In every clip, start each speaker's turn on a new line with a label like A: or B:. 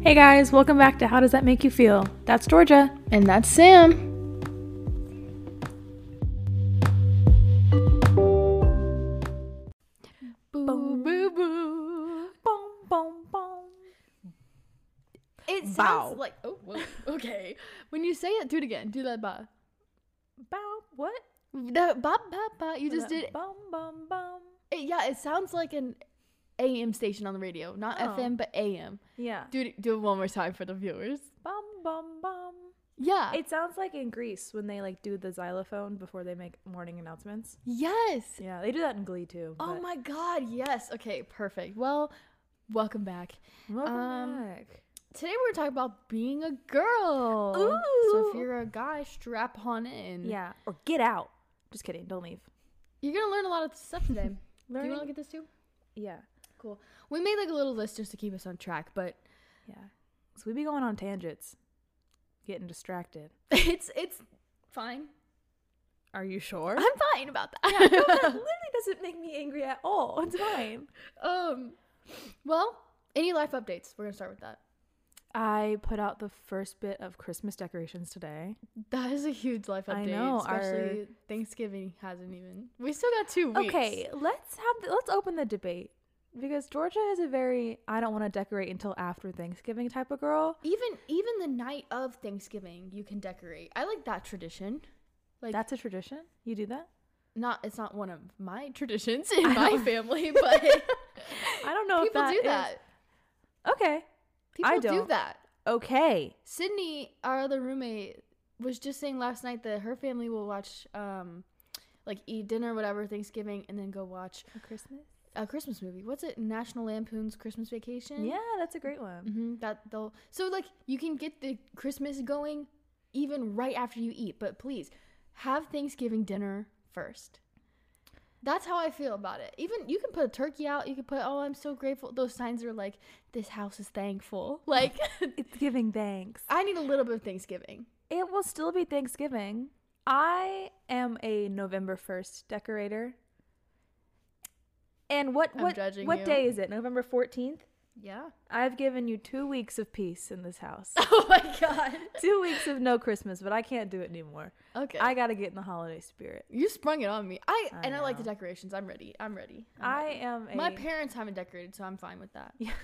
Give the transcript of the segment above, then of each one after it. A: Hey guys, welcome back to How Does That Make You Feel? That's Georgia.
B: And that's Sam.
A: Boo boo boo. Boom boom boom.
B: It sounds
A: Bow.
B: like oh whoa, okay. When you say it, do it again. Do that ba.
A: Bow what?
B: The ba ba ba. You just did.
A: Bum bum bum.
B: It, yeah, it sounds like an AM station on the radio, not
A: Oh.
B: FM, but AM.
A: Yeah.
B: Do it, do it one more time for the viewers.
A: Bum bum bum.
B: Yeah.
A: It sounds like in Greece when they like do the xylophone before they make morning announcements.
B: yes.
A: Yeah, they do that in Glee too.
B: Oh
A: but-
B: my God. Yes. Okay. Perfect. Well, welcome back.
A: Welcome
B: um,
A: back.
B: Today we're talking about being a girl. So if
A: Ooh.
B: you're a guy, strap on in.
A: Yeah, or get out. Just kidding. Don't leave.
B: You're gonna learn a lot of stuff today. do you want to
A: Learning.
B: look at this too?
A: Yeah,
B: Cool. We made like a little list just to keep us on track, but
A: yeah. So we be going on tangents, getting distracted.
B: it's it's fine.
A: Are you sure?
B: I'm fine about
A: No, that
B: that.
A: literally doesn't make me angry at all. It's fine.
B: um, well, any life updates? We're gonna start with that.
A: I put out the first bit of Christmas decorations today.
B: That is a huge life update.
A: I know, our-
B: especially Thanksgiving hasn't even. We still got two weeks.
A: Okay, let's have the, let's open the debate because Georgia is a very I don't want to decorate until after Thanksgiving type of girl.
B: Even even the night of Thanksgiving, you can decorate. I like that tradition. Like
A: That's a tradition. You do that?
B: not it's not one of my traditions in
A: I
B: my
A: don't-
B: family, but
A: I don't know if
B: people
A: that
B: do
A: is-
B: that.
A: Okay.
B: People
A: I
B: do
A: don't.
B: that.
A: Okay.
B: Sydney, our other roommate, was just saying last night that her family will watch, um, like eat dinner, whatever Thanksgiving, and then go watch
A: Christmas.
B: a Christmas movie. What's it? National Lampoon's Christmas Vacation.
A: Yeah, that's a great one.
B: hmm That they'll so like you can get the Christmas going even right after you eat, but please have Thanksgiving dinner first. That's how I feel about it. Even you can put a turkey out. You can put, oh, I'm so grateful. Those signs are like, this house is thankful. Like,
A: It's giving thanks.
B: I need a little bit of Thanksgiving.
A: It will still be Thanksgiving. I am a November 1st decorator. And what
B: I'm
A: what
B: judging
A: what
B: you.
A: day is it? November 14th?
B: Yeah.
A: I've given you 2 weeks of peace in this house.
B: Oh my god.
A: 2 weeks of no Christmas, but I can't do it anymore.
B: Okay.
A: I got to get in the holiday spirit.
B: you sprung it on me. I,
A: I
B: and I like the
A: know.
B: decorations. I'm ready. I'm ready. I'm
A: I
B: ready.
A: am a
B: Oh My parents haven't decorated, so I'm fine with that.
A: Yeah. you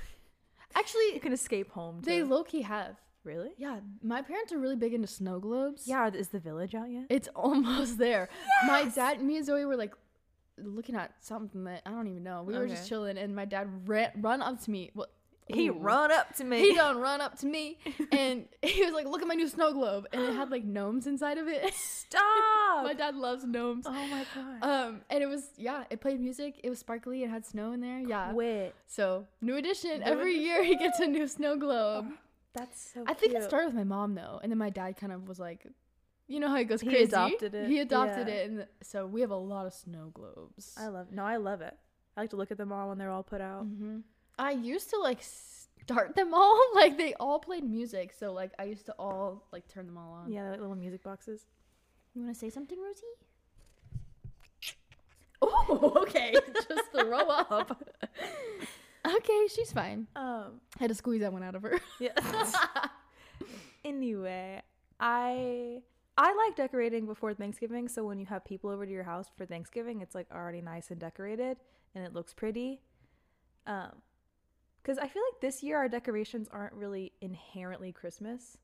B: Actually,
A: can escape home to
B: they low key have.
A: Really?
B: Yeah, my parents are really big into snow globes.
A: Yeah, is the village out yet?
B: It's almost there. My dad, me and Zoe were like looking at something that I don't even know. We were just
A: Okay.
B: chilling, and my dad ran, run up to me. Well,
A: He
B: ooh.
A: run up to me.
B: He done run up to me, and he was like, "Look at my new snow globe," and it had like gnomes inside of it.
A: Stop.
B: my dad loves gnomes.
A: oh my god.
B: Um, and it was yeah, it played music. It was sparkly. It had snow in there. Yeah.
A: Wait.
B: So new edition
A: New
B: every year. He gets a new snow globe.
A: Oh, That's so
B: um, I think
A: cute.
B: it started with my mom though, and then my dad kind of was like, you know how he goes
A: He
B: crazy.
A: adopted it,
B: He adopted
A: yeah.
B: it, and so we have a lot of snow globes.
A: I love No, I love it. I like to look at them all when they're all put out.
B: hmm I used to like start them all. Like they all played music, so like I used to all like turn them all on.
A: Yeah, they're like little music boxes.
B: You want to say something, Rosie? Oh, okay. Just throw up. okay, she's fine.
A: Um,
B: had to squeeze that one out of her.
A: yeah. anyway, I I like decorating before Thanksgiving, so when you have people over to your house for Thanksgiving, it's like already nice and decorated and it looks pretty. Um cuz I feel like this year our decorations aren't really inherently Christmas.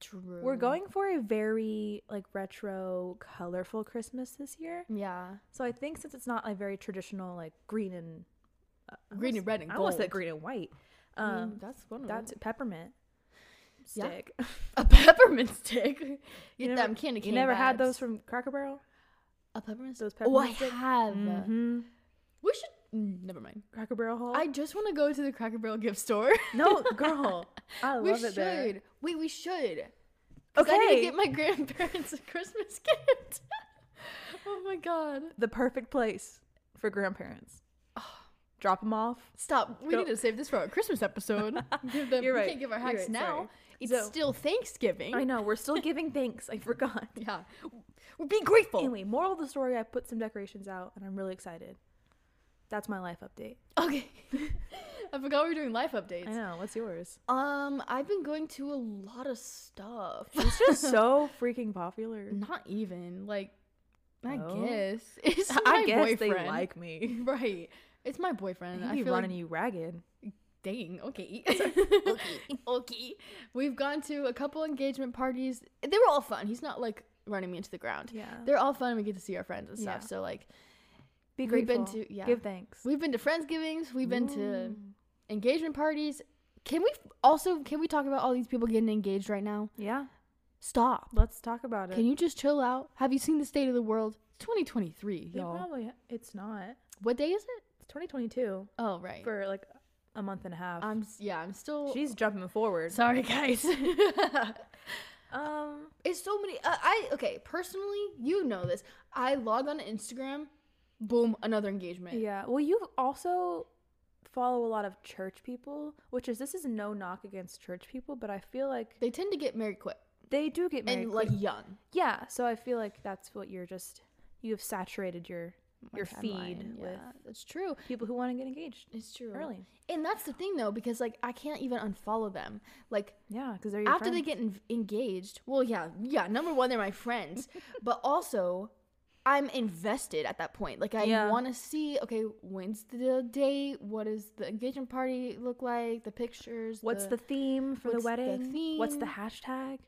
B: True.
A: We're going for a very like retro, colorful Christmas this year.
B: Yeah.
A: So I think since it's not a very traditional like green and uh, I
B: Green
A: almost-
B: and red and
A: I almost said
B: gold.
A: green and white. Um,
B: I mean, that's one of them.
A: that's peppermint
B: Yeah.
A: stick.
B: A peppermint stick. Get
A: You never-
B: them candy cane
A: you never had
B: vibes.
A: those from Cracker Barrel?
B: a peppermint
A: those
B: stick. oh, I
A: peppermint stick?
B: have.
A: Mm-hmm. Oh.
B: We should. mm, Never mind.
A: Cracker Barrel haul.
B: I just want to go to the Cracker Barrel gift store.
A: no, girl, I love
B: we
A: it
B: should.
A: there.
B: Wait, we should. 'Cause I need to
A: Okay.
B: get my grandparents a Christmas gift. oh my god.
A: The perfect place for grandparents.
B: Oh.
A: Drop them off.
B: Stop. We
A: Go-
B: need to save this for our Christmas episode. give them,
A: You're
B: We
A: right.
B: can't give our
A: You're
B: hacks
A: right,
B: now.
A: sorry.
B: It's
A: So-
B: still Thanksgiving.
A: I know we're still giving thanks. I forgot.
B: Yeah. Be grateful. Oh.
A: Anyway, moral of the story: I put some decorations out, and I'm really excited. That's my life update.
B: Okay. I forgot we were doing life updates.
A: I know. What's yours?
B: Um, I've been going to a lot of stuff.
A: It's just so freaking popular.
B: not even like. I
A: Oh.
B: guess it's my
A: I guess
B: boyfriend.
A: they like me.
B: right. It's my boyfriend.
A: They
B: I
A: be
B: feel
A: running
B: like,
A: you ragged.
B: dang. Okay. okay. We've gone to a couple engagement parties. They were all fun. He's not like running me into the ground.
A: Yeah.
B: They're all fun. and We get to see our friends and stuff.
A: Oh. Yeah.
B: So like
A: Be
B: we've
A: grateful.
B: been to yeah.
A: Give thanks.
B: We've been to friendsgivings. We've been to
A: Ooh.
B: engagement parties. Can we f- also can we talk about all these people getting engaged right now?
A: Yeah.
B: Stop.
A: Let's talk about it.
B: Can you just chill out? Have you seen the state of the world? It's 2023,
A: They
B: y'all.
A: probably. It's not.
B: What day is it?
A: It's 2022
B: Oh, right.
A: for like a month and a half.
B: I'm s- yeah, I'm still
A: She's jumping forward.
B: Sorry, guys.
A: Um.
B: it's so many uh, I okay, personally, you know this. I log on to Instagram, boom, another engagement.
A: Yeah. Well, you also follow a lot of church people, which is this is no knock against church people, but I feel like
B: They tend to get married quick
A: they do get married.
B: and
A: quick.
B: like young.
A: yeah. So I feel like that's what you're just you have saturated your your
B: My
A: feed
B: timeline,
A: with
B: yeah, that's true.
A: people who want to get engaged
B: It's true.
A: early.
B: And that's the thing though, because like I can't even unfollow them. Like
A: Yeah, because they're your
B: after they get en- engaged, well, yeah, yeah. Number one, they're my friends, but also I'm invested at that point. Like I
A: Yeah.
B: want to see, okay, when's the date? What does the engagement party look like? The pictures.
A: What's the theme for the
B: what's the
A: wedding? What's the
B: theme?
A: hashtag?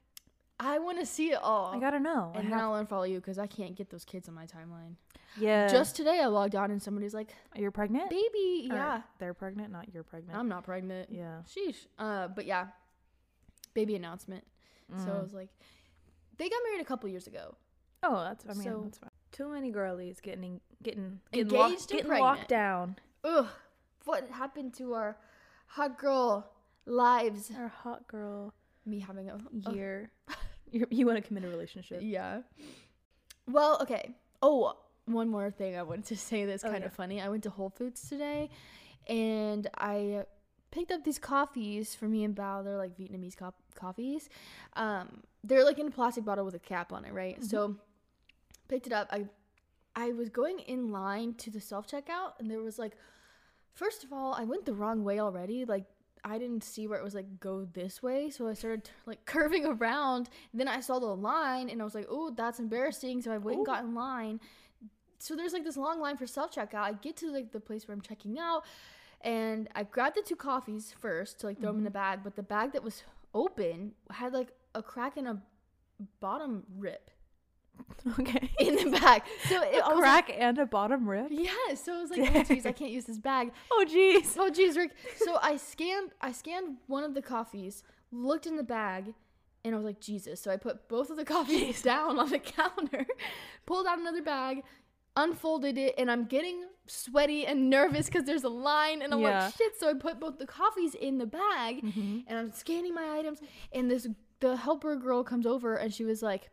B: I want to see it all.
A: I gotta know. I
B: and then
A: have-
B: I'll unfollow you because I can't get those kids on my timeline.
A: yeah,
B: Just today, I logged on and somebody's like,
A: you're pregnant.
B: "Baby,
A: Or
B: yeah,
A: they're pregnant, not you're pregnant.
B: I'm not pregnant."
A: yeah,
B: Sheesh. Uh, but yeah, baby announcement. So I
A: Mm.
B: was like, they got married a couple years ago.
A: Oh, that's I mean
B: So-
A: that's fine. Too many girlies getting en- getting getting,
B: Engaged
A: locked,
B: and
A: getting
B: pregnant.
A: locked down.
B: Ugh, what happened to our hot girl lives?
A: Our hot girl
B: Me having a a-
A: year. Oh. you you want to commit a relationship?
B: yeah. Well, okay. Oh, one more thing I wanted to say that's
A: Oh,
B: kind
A: yeah.
B: of funny. I went to Whole Foods today, and I picked up these coffees for me and Bao. They're like Vietnamese co- coffees. Um, they're like in a plastic bottle with a cap on it, right? So picked it up. I I was going in line to the self checkout, and there was like, first of all, I went the wrong way already. Like, I didn't see where it was like go this way, so I started like curving around. Then I saw the line, and I was like, oh, that's embarrassing. So I went
A: Ooh.
B: and got in line. So there's like this long line for self checkout. I get to like the place where I'm checking out, and I grabbed the two coffees first to like throw them in the bag. But the bag that was open had like a crack in a bottom rip
A: Okay.
B: in the bag. So it
A: A
B: always
A: crack and a bottom rip.
B: yeah, so I was like, oh jeez, I can't use this bag.
A: Oh jeez.
B: Oh jeez, Rick. So I scanned I scanned one of the coffees, looked in the bag, and I was like, Jesus. So I put both of the coffees down on the counter, pulled out another bag, unfolded it, and I'm getting sweaty and nervous because there's a line and I'm
A: Yeah.
B: like, shit. So I put both the coffees in the bag and I'm scanning my items and this the helper girl comes over and she was like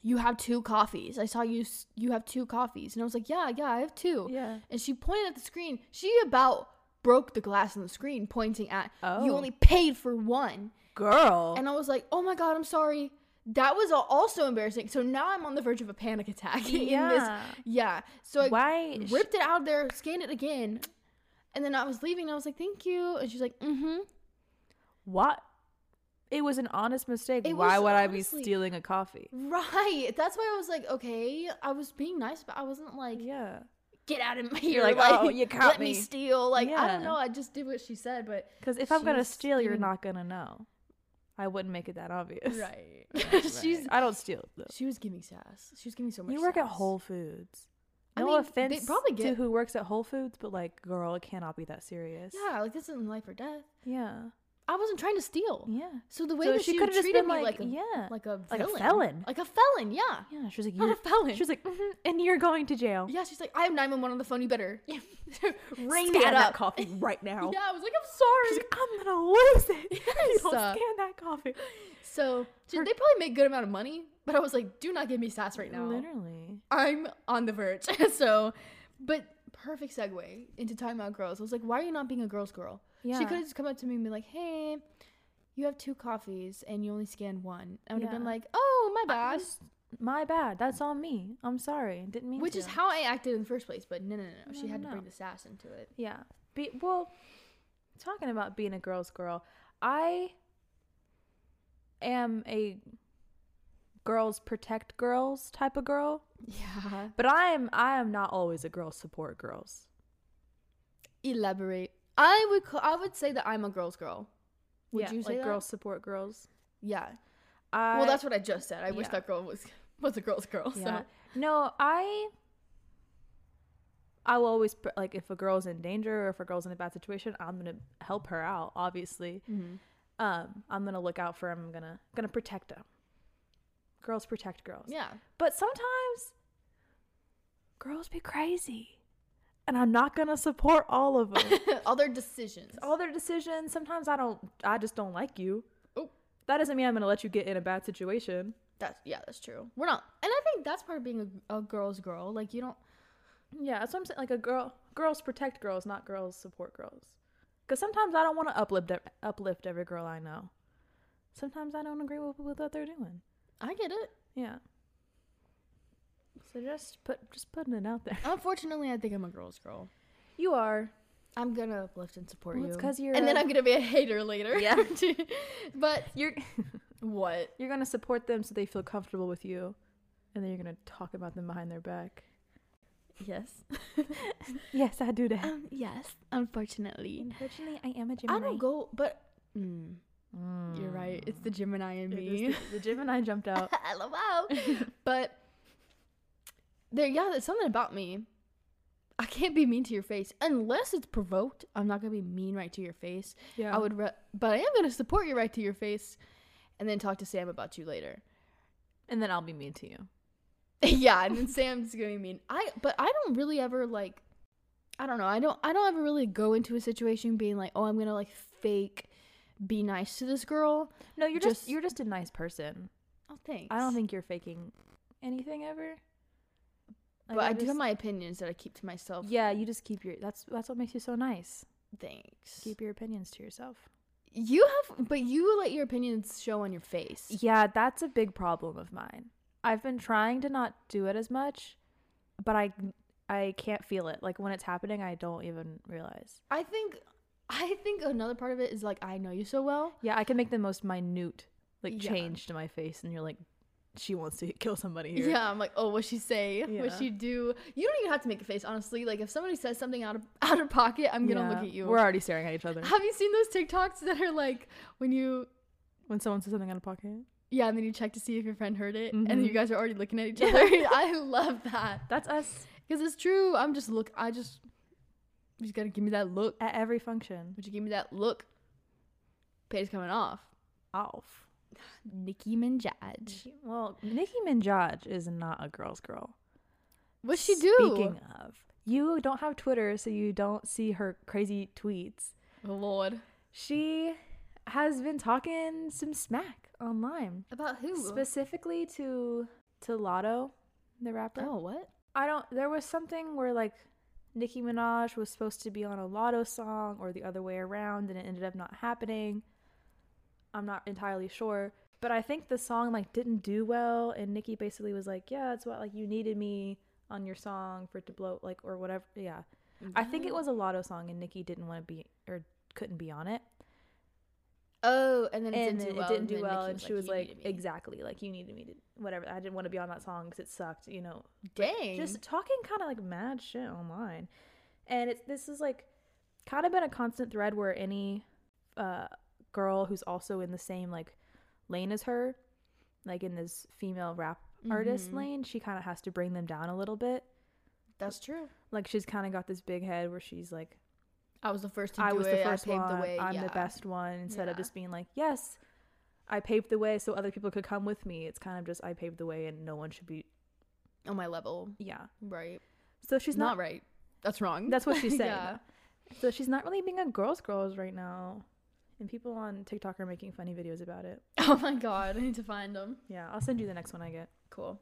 B: you have two coffees. I saw you. s- You have two coffees, and I was like, "Yeah, yeah, I have two
A: Yeah.
B: and she pointed at the screen. She about broke the glass on the screen, pointing at you
A: Oh.
B: only paid for one.
A: Girl.
B: And I was like, oh my god, I'm sorry. That was al- also embarrassing. So now I'm on the verge of a panic attack.
A: Yeah.
B: In this, yeah. So I
A: Why? sh-
B: ripped it out of there, scanned it again, and then I was leaving. And I was like, thank you. And she's like, mm-hmm.
A: What? It was an honest mistake.
B: It
A: Why
B: was,
A: would I
B: honestly.
A: be stealing a coffee?
B: Right. That's why I was like, okay. I was being nice, but I wasn't like,
A: Yeah.
B: get out of here.
A: like, oh, you caught
B: let me.
A: me.
B: steal. Like, I don't
A: Yeah.
B: know. I just did what she said, but
A: Because if I'm gonna
B: She's
A: steal, you're
B: stealing.
A: not gonna know. I wouldn't make it that obvious.
B: right.
A: She's.
B: she's
A: I don't steal though.
B: She was giving sass. She was giving so much.
A: You work at
B: sass.
A: Whole Foods.
B: I
A: No
B: mean, they
A: offense
B: probably
A: to
B: get-
A: who works at Whole Foods, but like, girl, it cannot be that serious.
B: Yeah, like this isn't life or death.
A: yeah,
B: I wasn't trying to steal.
A: yeah.
B: So the way
A: So
B: that
A: she
B: she,
A: could've
B: treated
A: just been
B: me
A: like,
B: like, a,
A: yeah,
B: like a
A: like a
B: villain.
A: felon.
B: Like a felon, yeah.
A: Yeah, she was like,
B: Not
A: you're,
B: a felon.
A: she was like, "Mhm, and you're going to jail.
B: yeah, she's like, I have 911 on the phone, you better ring
A: Scan
B: that up.
A: coffee right now.
B: Yeah, I was like,
A: She's
B: I'm sorry.
A: like, I'm gonna lose it. if you
B: Yes,
A: don't
B: uh,
A: scan that coffee.
B: So she-
A: her-
B: they probably make good amount of money, but I was like, do not give me sass right now.
A: Literally.
B: I'm on the verge. so, but perfect segue into Time Out Girls. I was like, why are you not being a girl's girl?
A: Yeah.
B: She could have just come up to me and be like, "Hey, you have two coffees and you only scanned one." I would have been
A: Yeah.
B: like, "Oh, my bad."
A: Just my bad. That's on me. I'm sorry. Didn't mean
B: Which
A: to.
B: is how I acted in the first place, but no, no, no. no. she
A: No,
B: had
A: no,
B: to bring
A: no.
B: the sass into it.
A: Yeah. Be well, talking about being a girl's girl, I am a girls protect girls type of girl,
B: Yeah.
A: but I am I am not always a girl support girls.
B: Elaborate. I would call, I would say that I'm a girl's girl. Would you say
A: like
B: that?
A: girls support girls?
B: Yeah.
A: I
B: well, that's what I just said. I wish
A: yeah.
B: that girl was was a girl's girl.
A: yeah.
B: So
A: No, I I will always pr- like if a girl's in danger or if a girl's in a bad situation, I'm going to help her out, obviously.
B: Mm-hmm.
A: Um, I'm going to look out for 'em. I'm going to going to protect them. Girls protect girls.
B: yeah.
A: But sometimes girls be crazy. And I'm not going to support all of them.
B: All their decisions.
A: all their decisions, sometimes I don't I just don't like you.
B: Oh.
A: That doesn't mean I'm going to let you get in a bad situation.
B: That's yeah, that's true. We're not, and I think that's part of being a, a girl's girl. Like you don't.
A: Yeah, that's what I'm saying. Like a girl, girls protect girls, not girls support girls. Because sometimes I don't want to uplift ev- uplift every girl I know. Sometimes I don't agree with, with what they're doing.
B: I get it.
A: Yeah. So just put just putting it out there.
B: Unfortunately, I think I'm a girl's girl.
A: You are.
B: I'm gonna uplift and support
A: Well,
B: you.
A: it's 'cause you're
B: And then
A: a-
B: I'm gonna be a hater later.
A: Yeah.
B: but
A: You're
B: what?
A: you're gonna support them so they feel comfortable with you, and then you're gonna talk about them behind their back.
B: Yes.
A: Yes, I do that.
B: Um. Yes. Unfortunately,
A: Unfortunately, I am a
B: I
A: Gemini.
B: don't go. But mm, you're right. It's the Gemini in
A: It
B: me.
A: is the, the Gemini jumped out.
B: LOL. but there, yeah, there's something about me. I can't be mean to your face unless it's provoked. I'm not gonna be mean right to your face.
A: Yeah.
B: I would, re- but I am gonna support you right to your face, and then talk to Sam about you later.
A: and then I'll be mean to you.
B: yeah, and then Sam's gonna be mean. I, but I don't really ever like. I don't know. I don't. I don't ever really go into a situation being like, oh, I'm gonna like fake, be nice to this girl.
A: No, you're just,
B: Just-
A: you're just a nice person.
B: Oh, thanks.
A: I don't think you're faking anything ever. Like,
B: But I do
A: just-
B: have my opinions that I keep to myself.
A: Yeah, you just keep your. That's that's what makes you so nice.
B: Thanks.
A: Keep your opinions to yourself.
B: You have, but you let your opinions show on your face.
A: Yeah, that's a big problem of mine. I've been trying to not do it as much, but I I can't feel it. Like when it's happening, I don't even realize.
B: I think, I think another part of it is like I know you so well.
A: Yeah, I can make the most minute like
B: Yeah.
A: change to my face, and you're like, she wants to kill somebody here.
B: Yeah, I'm like, oh, what she say? What
A: Yeah.
B: she do? You don't even have to make a face, honestly. Like if somebody says something out of out of pocket, I'm gonna
A: Yeah,
B: look at you.
A: We're already staring at each other
B: have you seen those TikToks that are like when you?
A: when someone says something out of pocket.
B: Yeah, and then you check to see if your friend heard it, and then
A: Mhm.
B: you guys are already looking at each
A: Yeah.
B: other. I love that
A: That's us
B: because it's true. I'm just look. I just you just gotta give me that look.
A: at every function.
B: Would you give me that look? Pay's coming off.
A: Off.
B: Nicki Minaj.
A: Well, Nicki Minaj is not a girl's girl.
B: What's she do?
A: Speaking of, you don't have Twitter, so you don't see her crazy tweets.
B: Oh, Lord.
A: She has been talking some smack online,
B: About who?
A: specifically to to Lotto, the rapper.
B: oh, what?
A: I don't. There was something where like Nicki Minaj was supposed to be on a Lotto song, or the other way around, and it ended up not happening. I'm not entirely sure, but I think the song like didn't do well, and Nicki basically was like, "Yeah, it's what like you needed me on your song for it to blow like or whatever." Yeah, I think
B: Mm-hmm.
A: it was a Lotto song, and Nicki didn't want to be or couldn't be on it,
B: Oh, and then it
A: and
B: didn't do
A: it
B: well.
A: didn't
B: and
A: do
B: then
A: well,
B: Nicki
A: and she was
B: "You
A: like,
B: needed me."
A: "Exactly, like you needed me to whatever. I didn't want to be on that song because it sucked, you know."
B: dang.
A: just talking kind of like mad shit online and it's this is like kind of been a constant thread where any uh girl who's also in the same like lane as her like in this female rap artist
B: Mhm.
A: lane she kind of has to bring them down a little bit
B: That's true.
A: like she's kind of got this big head where she's like
B: I was the first to
A: i
B: do
A: was
B: it.
A: the first
B: I paved
A: one
B: the way.
A: i'm
B: yeah.
A: the best one instead of
B: Yeah.
A: just being like yes i paved the way so other people could come with me it's kind of just i paved the way and no one should be
B: On my level.
A: yeah
B: Right.
A: so she's
B: not,
A: not
B: right. That's wrong.
A: That's what she's saying.
B: yeah.
A: So she's not really being a girls girls right now. And people on TikTok are making funny videos about it.
B: Oh, my God. I need to find them.
A: Yeah, I'll send you the next one I get.
B: Cool.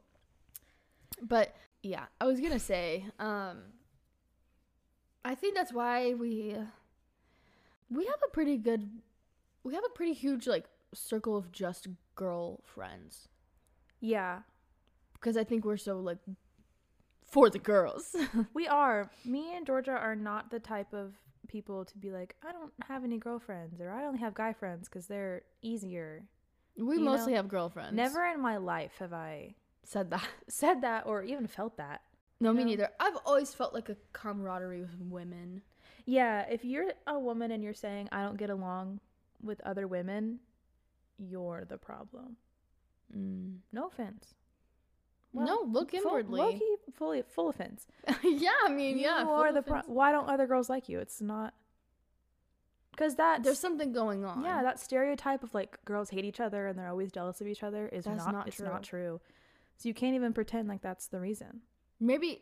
B: But yeah, I was gonna say, um, I think that's why we we have a pretty good, we have a pretty huge like circle of just girl friends.
A: Yeah.
B: because I think we're so like for the girls.
A: We are. Me and Georgia are not the type of people to be like, I don't have any girlfriends or I only have guy friends because they're easier.
B: we
A: You
B: mostly
A: know,
B: have girlfriends.
A: Never in my life have I
B: said that.
A: said that or even felt that.
B: No, me
A: No.
B: neither. I've always felt like a camaraderie with women.
A: Yeah, if you're a woman and you're saying I don't get along with other women, you're the problem.
B: Mm.
A: No offense.
B: no, look inwardly.
A: Full, low-key, fully, full offense.
B: yeah, I mean, yeah.
A: you
B: full
A: are the pro-
B: offense.
A: why don't other girls like you? It's not because that
B: There's something going on.
A: yeah that stereotype of like girls hate each other and they're always jealous of each other is
B: That's
A: not,
B: not
A: it's not true. So you can't even pretend like that's the reason
B: Maybe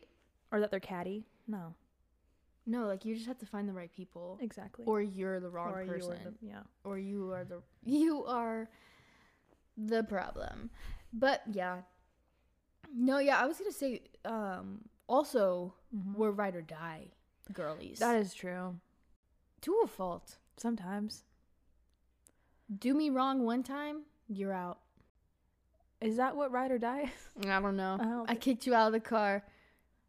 A: or that they're catty. No,
B: no, like you just have to find the right people,
A: exactly.
B: or you're the wrong
A: Or you're
B: person,
A: the- yeah.
B: or you are the you are the problem. But yeah, no, yeah. I was gonna say, um, also
A: Mhm.
B: we're ride or die girlies.
A: That is true.
B: to a fault.
A: Sometimes
B: Do me wrong one time, you're out.
A: is that what ride or die is?
B: I don't know.
A: I don't
B: I kicked you out of the car.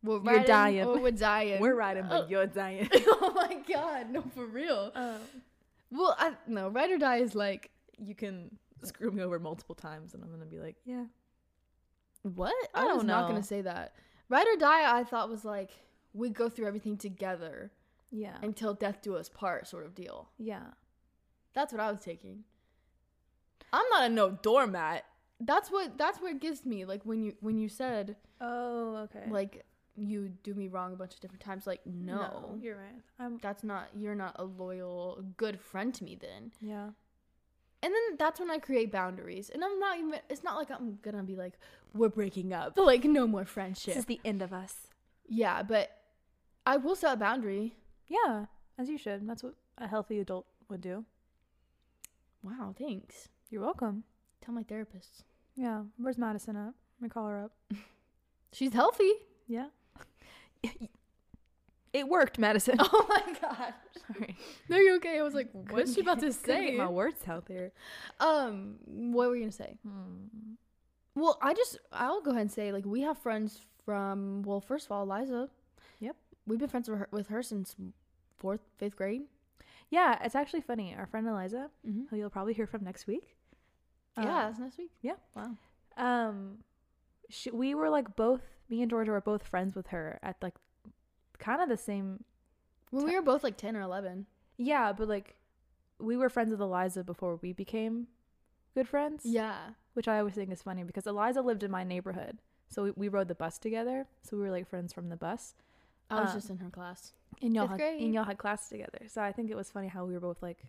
B: We're
A: You're
B: riding
A: dying.
B: Or we're dying.
A: We're riding,
B: Oh.
A: but you're dying.
B: oh my god, no, for real. Well, I no, ride or die is like
A: you can screw me over multiple times, and I'm gonna be like, yeah.
B: what?
A: I
B: was
A: don't
B: not gonna
A: know.
B: say that. Ride or die, I thought was like we go through everything together
A: Yeah.
B: until death do us part, sort of deal.
A: yeah.
B: That's what I was taking. I'm not a no doormat. That's what that's what gives me like when you when you said
A: Oh, okay.
B: like you do me wrong a bunch of different times. Like no
A: You're right. I'm,
B: that's not you're not a loyal good friend to me then.
A: yeah.
B: and then that's when I create boundaries. And I'm not even. It's not like I'm gonna be like, we're breaking up. Like no more friendship.
A: the end of us.
B: yeah, but I will set a boundary.
A: Yeah, as you should. That's what a healthy adult would do.
B: Wow, thanks.
A: You're welcome.
B: Tell my therapist.
A: Yeah. Where's Madison at? Let me call her up.
B: She's healthy.
A: Yeah. it worked, Madison.
B: Oh my god.
A: Sorry.
B: No, you're okay. I was like, what's
A: Couldn't
B: she about
A: get-
B: to
A: couldn't
B: say?
A: Get my words out there.
B: um, what were you gonna say?
A: Hmm.
B: Well, I just I'll go ahead and say like we have friends from well, first of all, Liza.
A: Yep.
B: We've been friends with her, with her since fourth, fifth grade.
A: Yeah, it's actually funny. Our friend Eliza,
B: Mm-hmm. Uh,
A: who you'll probably hear from next week.
B: yeah,
A: um,
B: that's next week.
A: yeah.
B: Wow.
A: um sh we were like both me and georgia were both friends with her at like kind of the same
B: When we were both like ten or eleven.
A: yeah but like we were friends with eliza before we became good friends
B: Yeah.
A: which i always think is funny because eliza lived in my neighborhood so we, we rode the bus together so we were like friends from the bus
B: I was
A: Um,
B: just in her class.
A: and y'all
B: Fifth
A: had,
B: grade.
A: and y'all had class together so i think it was funny how we were both like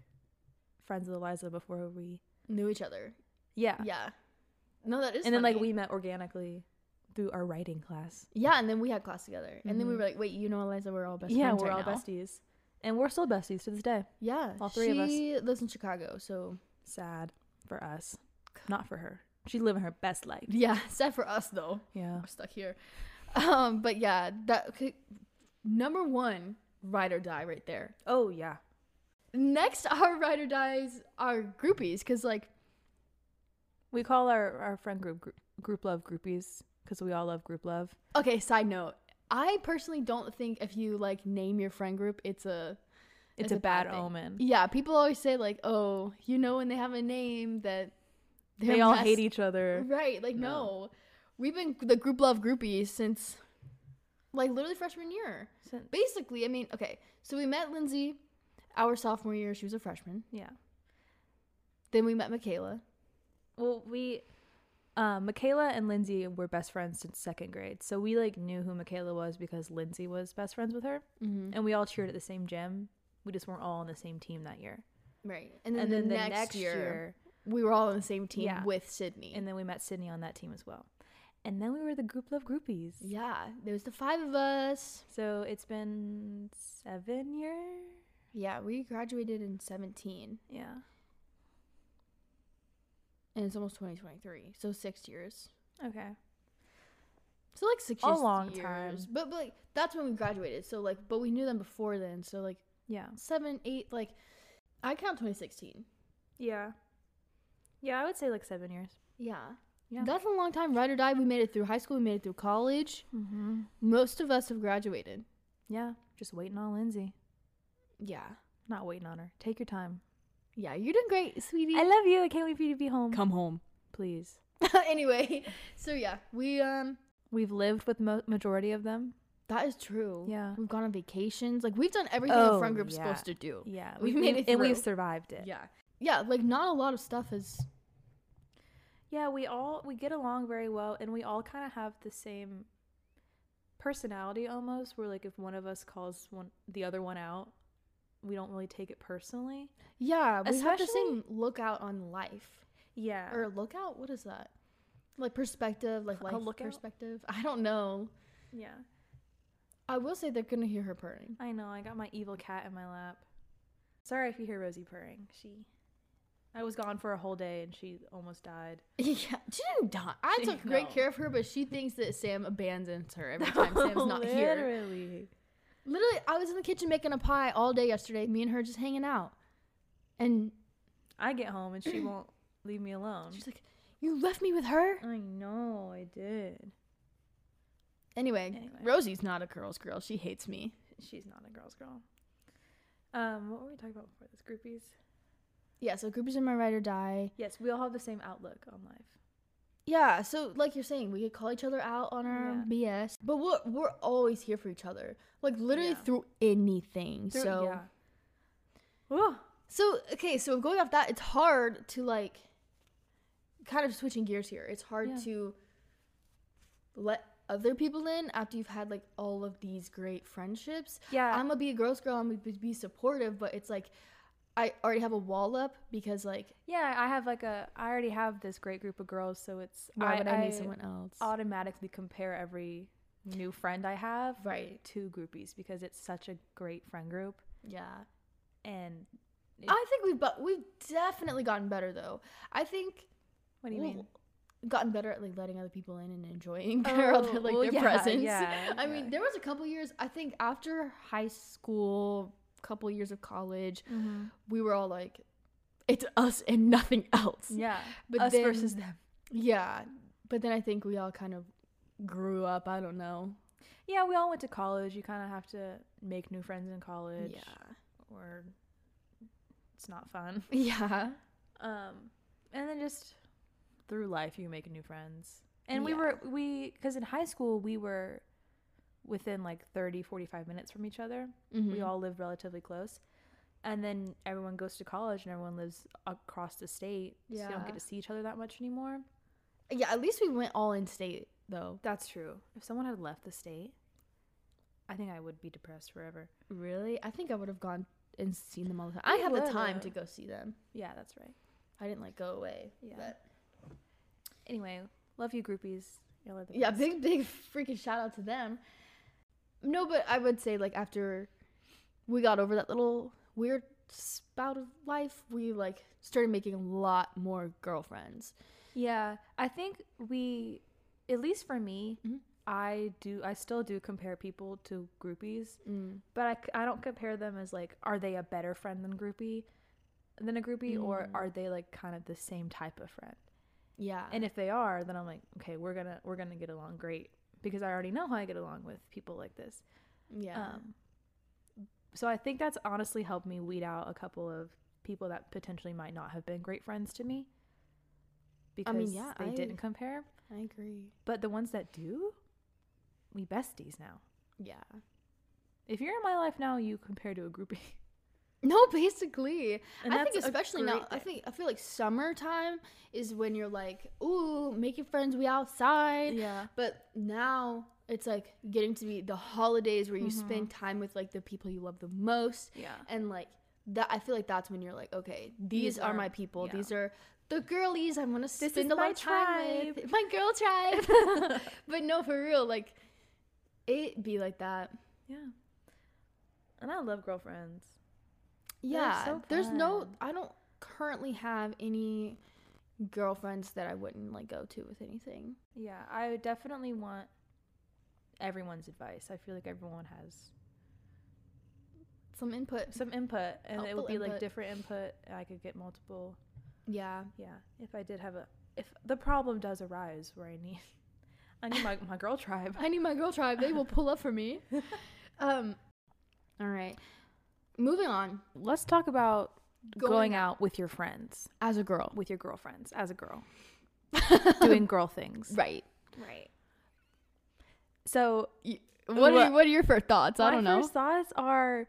A: friends with eliza before we
B: Knew each other.
A: yeah,
B: Yeah. No, that is.
A: uh, and then like
B: funny.
A: we met organically through our writing class
B: Yeah, and then we had class together, and then we
A: Mhm.
B: were like, "Wait, you know, Eliza, we're all best
A: yeah
B: friends."
A: we're all
B: right now.
A: besties and we're still besties to this day
B: Yeah,
A: All three of us.
B: She lives in Chicago, so
A: sad for us not for her she's living her best life
B: yeah. Sad for us though.
A: yeah
B: We're stuck here. Um, but yeah, that okay, number one, ride or die, right there.
A: oh yeah
B: Next, our ride or dies are groupies, because like
A: we call our our friend group group, group love groupies because we all love group love
B: okay, side note. I personally don't think if you like name your friend group, it's a
A: it's, a, bad, omen
B: Yeah, people always say like, "Oh, you know when they have a name that
A: they all hate each other
B: Right? Like, no.
A: No.
B: we've been the group love groupies since like literally freshman year.
A: Since-
B: Basically, I mean, okay, so we met Lindsay our sophomore year. She was a freshman.
A: yeah
B: Then we met Michaela.
A: well we um, Michaela and Lindsay were best friends since second grade, so we like knew who Michaela was because Lindsay was best friends with her,
B: Mm-hmm.
A: and we all cheered at the same gym. We just weren't all on the same team that year.
B: Right, and then, the, next, year,
A: year,
B: we were all on the same team
A: Yeah.
B: with Sydney.
A: and then we met Sydney on that team as well, and then we were the group love groupies.
B: yeah, there was the five of us.
A: So it's been seven years.
B: Yeah, we graduated in seventeen,
A: Yeah.
B: and it's almost twenty twenty three, so six years.
A: Okay.
B: So like six
A: A
B: years,
A: long
B: years.
A: time.
B: But, but like that's when we graduated. So like, but we knew them before then. So like
A: Yeah.
B: seven, eight, like I count 2016.
A: Yeah. Yeah, I would say like seven years.
B: Yeah,
A: Yeah.
B: That's a long time. Ride or die. We made it through high school. We made it through college.
A: Mm-hmm.
B: Most of us have graduated.
A: Yeah. Just waiting on Lindsay.
B: Yeah.
A: Not waiting on her. Take your time.
B: Yeah. You're doing great, sweetie.
A: I love you. I can't wait for you to be home.
B: Come home.
A: Please.
B: anyway, so yeah, we um
A: We've lived with mo- majority of them.
B: that is true.
A: Yeah.
B: We've gone on vacations. Like we've done everything a
A: Oh,
B: friend group's
A: yeah.
B: supposed to do.
A: Yeah.
B: We made it
A: And we've
B: through.
A: survived it.
B: Yeah. Yeah, like not a lot of stuff is
A: Yeah, we all we get along very well and we all kind of have the same personality almost where like if one of us calls one the other one out, we don't really take it personally.
B: Yeah, we have the
A: Especially-
B: same lookout on life.
A: Yeah.
B: Or lookout, what is that? Like perspective, like
A: A
B: life
A: lookout?
B: perspective. I don't know.
A: yeah.
B: I will say they're gonna hear her purring.
A: I know. I got my evil cat in my lap. Sorry if you hear Rosie purring. She I was gone for a whole day and she almost died.
B: Yeah, she didn't die. I
A: She-
B: took great
A: no.
B: care of her, but she thinks that Sam abandons her every time Sam's not here.
A: Literally.
B: Literally, I was in the kitchen making a pie all day yesterday. Me and her just hanging out, and
A: I get home and she won't leave me alone.
B: she's like, "You left me with her."
A: I know, I did.
B: Anyway,
A: Anyway.
B: Rosie's not a girl's girl. She hates me.
A: She's not a girl's girl. Um, what were we talking about before this? Groupies?
B: Yeah, so groupies are my ride or die.
A: Yes, we all have the same outlook on life.
B: Yeah, so like you're saying, we could call each other out on our BS, but we're we're always here for each other. Like literally
A: Yeah.
B: through anything.
A: They're-
B: so
A: yeah. Whew.
B: so okay, so going off that, it's hard to like kind of switching gears here. It's hard
A: Yeah.
B: to let other people in after you've had like all of these great friendships.
A: Yeah.
B: I'm gonna be a girl's girl. I'm gonna be supportive, but it's like I already have a wall up because like
A: yeah, I have like a I already have this great group of girls, so it's
B: why would I, need someone else?
A: automatically compare every new friend I have
B: right.
A: to groupies because it's such a great friend group
B: Yeah.
A: and it-
B: I think we've but we've definitely gotten better though. I think
A: what do you
B: we've
A: mean?
B: Gotten better at like letting other people in and enjoying their other,
A: Oh,
B: like
A: well,
B: their
A: yeah,
B: presence.
A: yeah,
B: I mean,
A: yeah.
B: there was a couple years. I think after high school, couple years of college,
A: Mm-hmm.
B: we were all like, "It's us and nothing else."
A: Yeah.
B: But
A: Us
B: then-
A: versus them.
B: yeah. But then I think we all kind of grew up. I don't know.
A: Yeah, we all went to college. You kinda have to make new friends in college. Or it's not fun.
B: yeah,
A: Um, and then just through life, you make new friends. And we
B: Yeah.
A: were, we, because in high school, we were within like 30, 45 minutes from each other. We
B: Mhm.
A: all lived relatively close. And then everyone goes to college and everyone lives across the state. So you don't
B: Yeah.
A: get to see each other that much anymore.
B: yeah. At least we went all in state though.
A: That's true. If someone had left the state, I think I would be depressed forever.
B: Really? I think I would have gone and seen them all the time. I
A: You
B: had the time
A: would've.
B: to go see them.
A: Yeah, that's right.
B: I didn't like go away.
A: Yeah.
B: but-
A: Anyway, love you, groupies. Y'all are the
B: yeah,
A: best.
B: big big freaking shout out to them. No, but I would say like after we got over that little weird spout of life, we like started making a lot more girlfriends.
A: Yeah, I think we, at least for me,
B: Mhm.
A: I do. I still do compare people to groupies,
B: Mm.
A: but I c- I, don't compare them as like, are they a better friend than groupie, than a groupie, or
B: Mm. Ah.
A: are they like kind of the same type of friend?
B: Yeah.
A: And if they are, then I'm like, okay, we're gonna we're gonna get along great because I already know how I get along with people like this.
B: yeah.
A: Um, so I think that's honestly helped me weed out a couple of people that potentially might not have been great friends to me because
B: yeah,
A: they
B: I-
A: didn't compare.
B: I agree.
A: But the ones that do, we besties now.
B: Yeah.
A: If you're in my life now, you compare to a groupie.
B: No, basically.
A: And
B: I think
A: that's a
B: especially now.
A: great
B: I
A: thing.
B: think I feel like summertime is when you're like, ooh, making friends. We outside.
A: Yeah.
B: But now it's like getting to be the holidays where you
A: Mm-hmm.
B: spend time with like the people you love the most.
A: Yeah.
B: And like that I feel like that's when you're like, okay, these,
A: These
B: are,
A: are-
B: my people.
A: yeah.
B: These are the girlies I want to
A: is
B: spend a lot
A: my
B: of time with. My girl tribe. but no, for real, like it be like that.
A: Yeah. And I love girlfriends.
B: Yeah.
A: so
B: there's no
A: fun.
B: I don't currently have any girlfriends that I wouldn't like go to with anything.
A: Yeah. I would definitely want everyone's advice. I feel like everyone has
B: Some input.
A: some input and it
B: Helpful
A: would be like
B: input.
A: different input. and I could get multiple.
B: Yeah.
A: Yeah. If I did have a if the problem does arise where I need I need my, my girl tribe.
B: I need my girl tribe. They will pull up for me. Um, all right. Moving on.
A: Let's talk about going,
B: Going
A: out with your friends,
B: As a girl.
A: with your girlfriends as a girl, doing girl things.
B: Right.
A: Right. So
B: What are,
A: What-
B: what are your first thoughts? I don't
A: my
B: know.
A: first thoughts are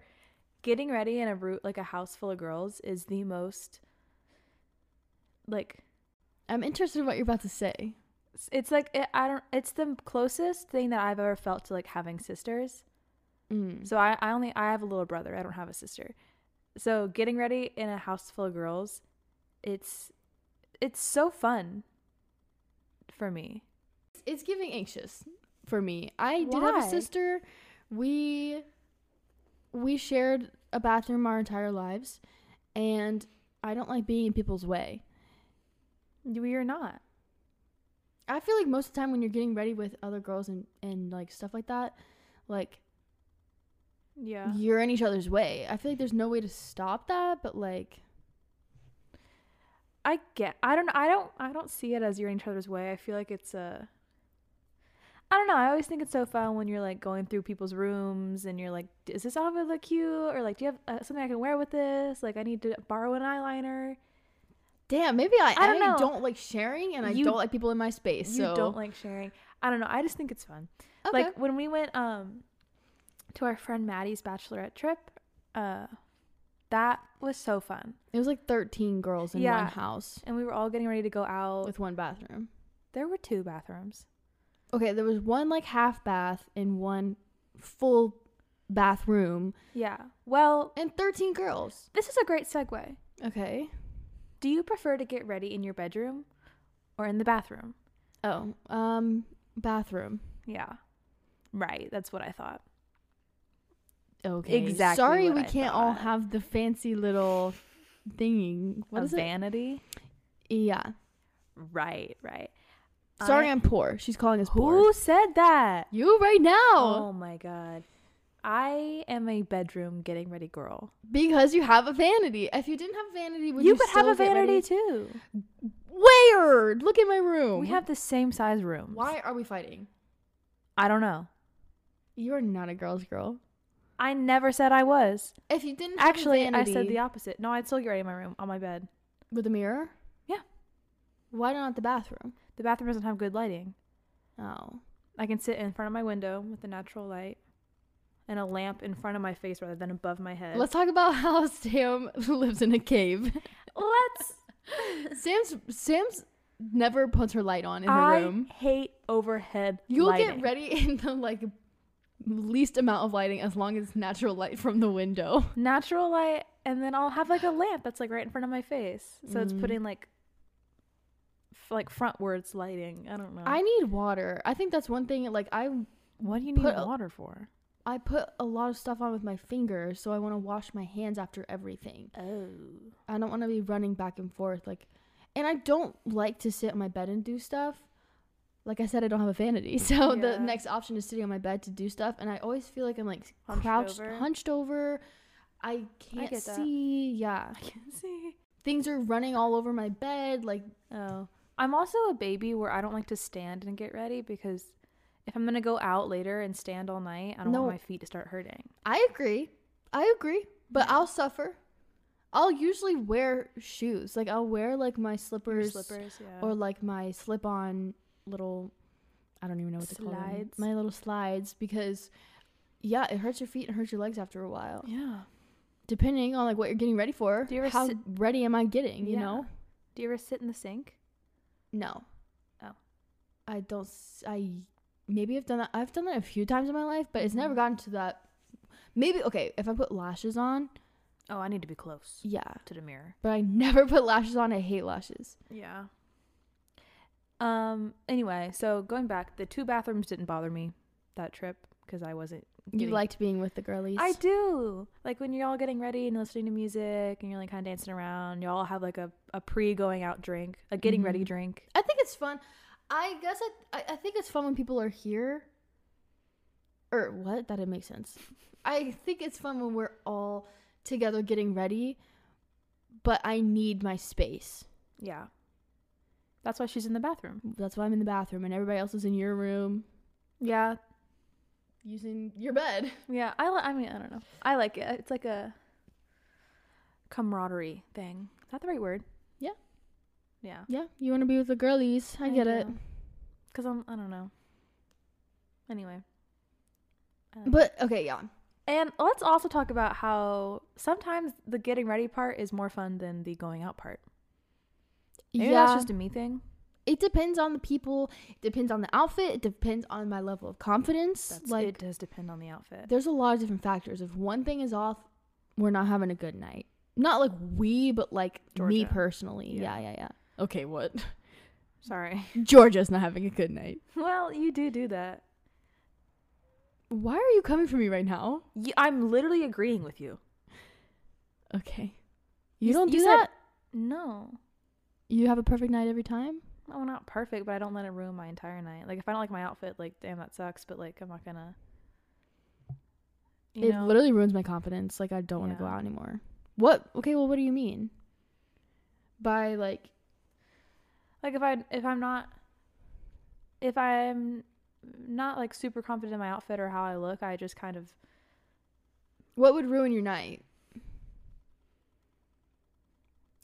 A: getting ready in a room like a house full of girls is the most like
B: I'm interested in what you're about to say.
A: it's- it's like it, I don't it's the closest thing that I've ever felt to like having sisters.
B: Mm.
A: So I, I only I have a little brother. I don't have a sister. So getting ready in a house full of girls, it's it's so fun for me.
B: It's giving anxious for me. I did have
A: Why?
B: a sister. We we shared a bathroom our entire lives, and I don't like being in people's way.
A: We are not.
B: I feel like most of the time when you're getting ready with other girls and and like stuff like that, like
A: Yeah.
B: you're in each other's way. I feel like there's no way to stop that, but like
A: I get I don't I don't I don't see it as you're in each other's way. I feel like it's a I don't know. I always think it's so fun when you're like going through people's rooms and you're like, "Does this outfit look cute?" or like, "Do you have uh, something I can wear with this?" Like, I need to borrow an eyeliner.
B: damn, maybe I
A: I don't
B: I
A: know.
B: don't like sharing and I
A: You-
B: don't like people in my space. so
A: You don't like sharing. I don't know. I just think it's fun.
B: Okay.
A: Like when we went um to our friend Maddie's bachelorette trip, uh that was so fun.
B: it was like 13 girls in one
A: Yeah.
B: house
A: And we were all getting ready to go out.
B: with one bathroom.
A: there were two bathrooms.
B: Okay, there was one like half bath and one full bathroom
A: Yeah. Well,
B: and 13 girls.
A: this is a great segue.
B: Okay.
A: Do you prefer to get ready in your bedroom or in the bathroom?
B: Oh, um bathroom.
A: Yeah. Right, that's what I thought.
B: Okay.
A: Exactly
B: Sorry
A: what
B: we
A: I
B: can't all
A: thought.
B: have the fancy little thingy. What
A: a
B: is
A: vanity?
B: it? Yeah.
A: Right, right.
B: Sorry
A: I-
B: I'm poor. She's calling us poor.
A: Who said that?
B: You right now.
A: Oh my god. I am a bedroom getting ready girl.
B: Because you have a vanity. If you didn't have a vanity, would
A: you,
B: you,
A: could have a
B: still get
A: vanity
B: ready?
A: too.
B: Weird. Look at my room.
A: We have the same size rooms.
B: Why are we fighting?
A: I don't know.
B: You are not a girl's girl.
A: I never said I was.
B: If you didn't have a
A: Actually, I said
B: vanity-
A: the opposite. No, I'd still get ready in my room on my bed.
B: with a mirror.
A: Yeah.
B: Why not the bathroom?
A: The bathroom doesn't have good lighting.
B: Oh.
A: I can sit in front of my window with the natural light and a lamp in front of my face rather than above my head.
B: Let's talk about how Sam lives in a cave.
A: Let's.
B: Sam's Sam's never puts her light on in her
A: I
B: room.
A: hate overhead.
B: You'll
A: lighting.
B: get ready in the like least amount of lighting as long as it's natural light from the window.
A: natural light, and then I'll have like a lamp that's like right in front of my face, so it's
B: Mm.
A: putting like f- like frontwards lighting. I don't know.
B: I need water. I think that's one thing like I
A: what do you need
B: put a-
A: water for?
B: I put a lot of stuff on with my fingers, so I want to wash my hands after everything.
A: Oh.
B: I don't want to be running back and forth like and I don't like to sit on my bed and do stuff. Like I said I don't have a vanity. So the
A: Yeah.
B: next option is sitting on my bed to do stuff and I always feel like I'm like
A: Hunched
B: crouched
A: over.
B: hunched over. I can't
A: get that.
B: see. Yeah.
A: I can see.
B: Things are running all over my bed like
A: Oh. I'm also a baby where I don't like to stand and get ready because if I'm gonna go out later and stand all night, I don't
B: No.
A: want my feet to start hurting.
B: I agree. I agree, but I'll suffer. I'll usually wear shoes. Like I'll wear like my slippers,
A: yeah.
B: or like my slip-on little I don't even know what they call them.
A: Slides.
B: My little slides because yeah, it hurts your feet and hurts your legs after a while.
A: yeah.
B: Depending on like what you're getting ready for.
A: Do you ever
B: how
A: sit-
B: ready am I getting, you
A: Yeah.
B: know?
A: Do you ever sit in the sink?
B: No.
A: Oh.
B: I don't s- I maybe I've done that. I've done that a few times in my life, but it's never
A: Mhm.
B: gotten to that Maybe okay, if I put lashes on,
A: Oh, I need to be close
B: yeah.
A: to the mirror.
B: but I never put lashes on. I hate lashes.
A: Yeah. Um. Anyway, so going back, the two bathrooms didn't bother me that trip because I wasn't.
B: You
A: Getting,
B: liked being with the girlies.
A: I do. Like when you're all getting ready and listening to music and you're like kind of dancing around, you all have like a, a pre going out drink, a getting ready
B: Mhm.
A: drink.
B: I think it's fun. I guess I, I I think it's fun when people are here. Or what? That didn't make sense. I think it's fun when we're all together getting ready, but I need my space.
A: Yeah. That's why she's in the bathroom.
B: That's why I'm in the bathroom and everybody else is in your room
A: Yeah,
B: using your bed.
A: yeah. I li- I mean, I don't know. I like it. It's like a camaraderie thing. Is that the right word?
B: Yeah.
A: Yeah.
B: Yeah, you want to be with the girlies. I, get it.
A: Cause I'm. I don't know. Anyway. I don't know.
B: But okay, yeah.
A: and let's also talk about how sometimes the getting ready part is more fun than the going out part. Maybe
B: yeah.
A: that's just a me thing.
B: it depends on the people, it depends on the outfit, it depends on my level of confidence.
A: That's,
B: like
A: it does depend on the outfit.
B: there's a lot of different factors. If one thing is off, we're not having a good night. Not like we, but like me
A: Georgia.
B: personally.
A: Yeah.
B: Yeah. yeah, yeah, Okay, what?
A: Sorry.
B: Georgia's not having a good night.
A: Well, you do do that.
B: Why are you coming for me right now?
A: You, I'm literally agreeing with you.
B: Okay.
A: You
B: You,
A: s-
B: don't do
A: you said-
B: that?
A: No.
B: You have a perfect night every time?
A: Oh, not perfect, but I don't let it ruin my entire night. Like, if I don't like my outfit, like, damn, that sucks, but, like, I'm not gonna. You
B: it
A: know?
B: literally ruins my confidence. Like I don't want
A: Yeah.
B: to go out anymore. What? Okay, well what do you mean? By like
A: like, if, I, if I'm not. If I'm not, like, super confident in my outfit or how I look, I just kind of.
B: what would ruin your night?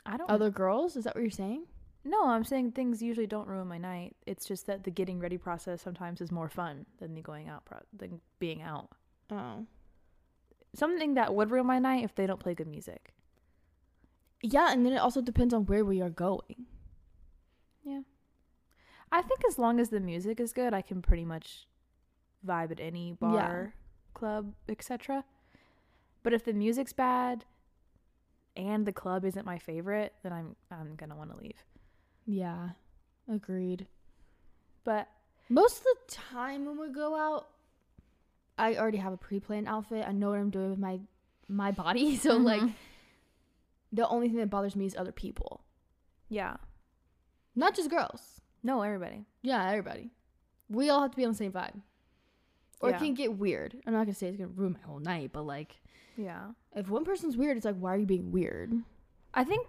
A: I don't.
B: Other girls? Is that what you're saying?
A: no, I'm saying things usually don't ruin my night. It's just that the getting ready process sometimes is more fun than the going out, pro- than being out.
B: Oh.
A: Something that would ruin my night if they don't play good music.
B: Yeah, and then it also depends on where we are going.
A: I think as long as the music is good, I can pretty much vibe at any bar, club, etc. But if the music's bad and the club isn't my favorite, then I'm I'm gonna want to leave.
B: Yeah. Agreed.
A: But
B: Most of the time when we go out, I already have a pre-planned outfit. I know what I'm doing with my my body. So like
A: Mhm.
B: the only thing that bothers me is other people.
A: yeah,
B: Not just girls.
A: no, everybody.
B: Yeah, everybody. We all have to be on the same vibe. Or
A: Yeah.
B: it can get weird. I'm not gonna say it's gonna ruin my whole night, but like
A: Yeah,
B: if one person's weird, it's like why are you being weird?
A: I think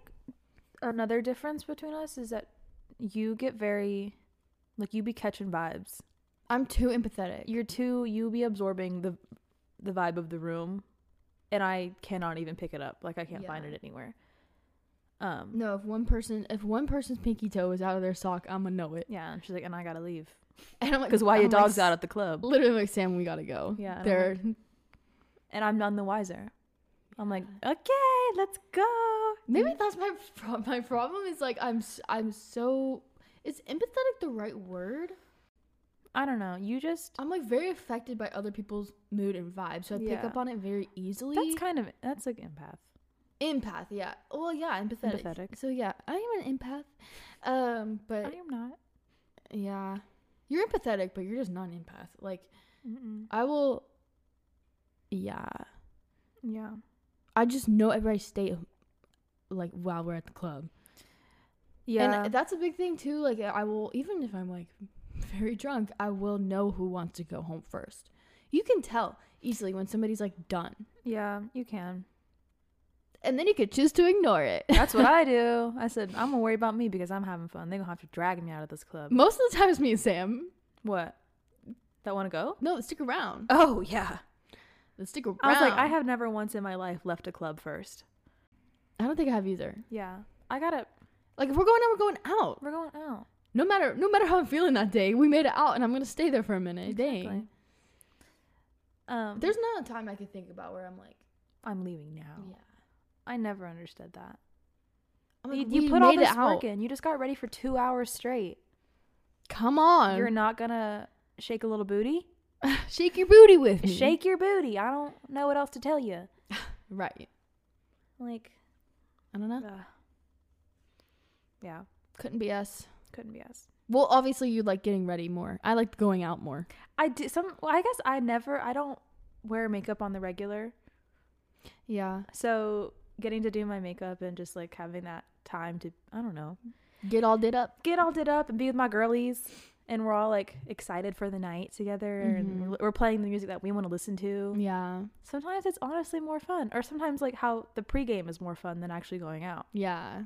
A: another difference between us is that you get very like you be catching vibes.
B: I'm too empathetic.
A: You're too you be absorbing the the vibe of the room and I cannot even pick it up. Like I can't find
B: Yeah.
A: it anywhere. Um
B: no, if one person if one person's pinky toe is out of their sock, I'm gonna know it.
A: Yeah, and she's like, and I gotta leave
B: And I'm like,
A: because why
B: I'm
A: your
B: like,
A: dog's out at the club,
B: Literally, like Sam, we gotta go.
A: Yeah, I don't
B: they're
A: and I'm none the wiser. I'm like, okay, let's go.
B: maybe that's my pro- my problem is like I'm s- I'm so is empathetic the right word?
A: I don't know. You just
B: I'm like very affected by other people's mood and vibe, so I
A: Yeah.
B: pick up on it very easily.
A: that's kind of that's like empath.
B: empath, yeah. Well, yeah, empathetic.
A: Empathetic.
B: So yeah, I am an empath. Um, but
A: I am not.
B: yeah, you're empathetic, but you're just not an empath. Like
A: Mm-mm.
B: I will. Yeah,
A: Yeah,
B: uh, I just know everybody's state, of- like while we're at the club.
A: yeah.
B: And that's a big thing too. Like I will even if I'm like very drunk, I will know who wants to go home first. You can tell easily when somebody's like done.
A: yeah, you can.
B: And then you could choose to ignore it.
A: That's what I do. I said I'm gonna worry about me because I'm having fun. They gonna have to drag me out of this club.
B: Most of the time it's me and Sam.
A: What? That want to go?
B: No, stick around.
A: Oh yeah.
B: Let's stick around.
A: I was like, I have never once in my life left a club first.
B: I don't think I have either.
A: Yeah, I gotta.
B: Like if we're going out, we're going out.
A: We're going out.
B: No matter no matter how I'm feeling that day, we made it out and I'm gonna stay there for a minute.
A: Exactly.
B: Dang.
A: Um,
B: There's not a time I could think about where I'm like,
A: I'm leaving now.
B: yeah.
A: I never understood that.
B: I'm
A: you
B: like,
A: you
B: we
A: put all
B: made it
A: this
B: out.
A: work in. You just got ready for two hours straight.
B: Come on.
A: You're not gonna shake a little booty?
B: Shake your booty with me.
A: Shake your booty. I don't know what else to tell you.
B: Right.
A: Like,
B: I don't know.
A: ugh. yeah,
B: Couldn't be us.
A: couldn't be us.
B: Well, obviously you like getting ready more. I like going out more.
A: I do some. Well, I guess I never. I don't wear makeup on the regular.
B: Yeah.
A: So getting to do my makeup and just like having that time to I don't know
B: Get all did up.
A: get all did up and be with my girlies and we're all like excited for the night together and
B: Mhm.
A: we're- we're playing the music that we want to listen to.
B: Yeah.
A: Sometimes it's honestly more fun, or sometimes like how the pregame is more fun than actually going out.
B: Yeah.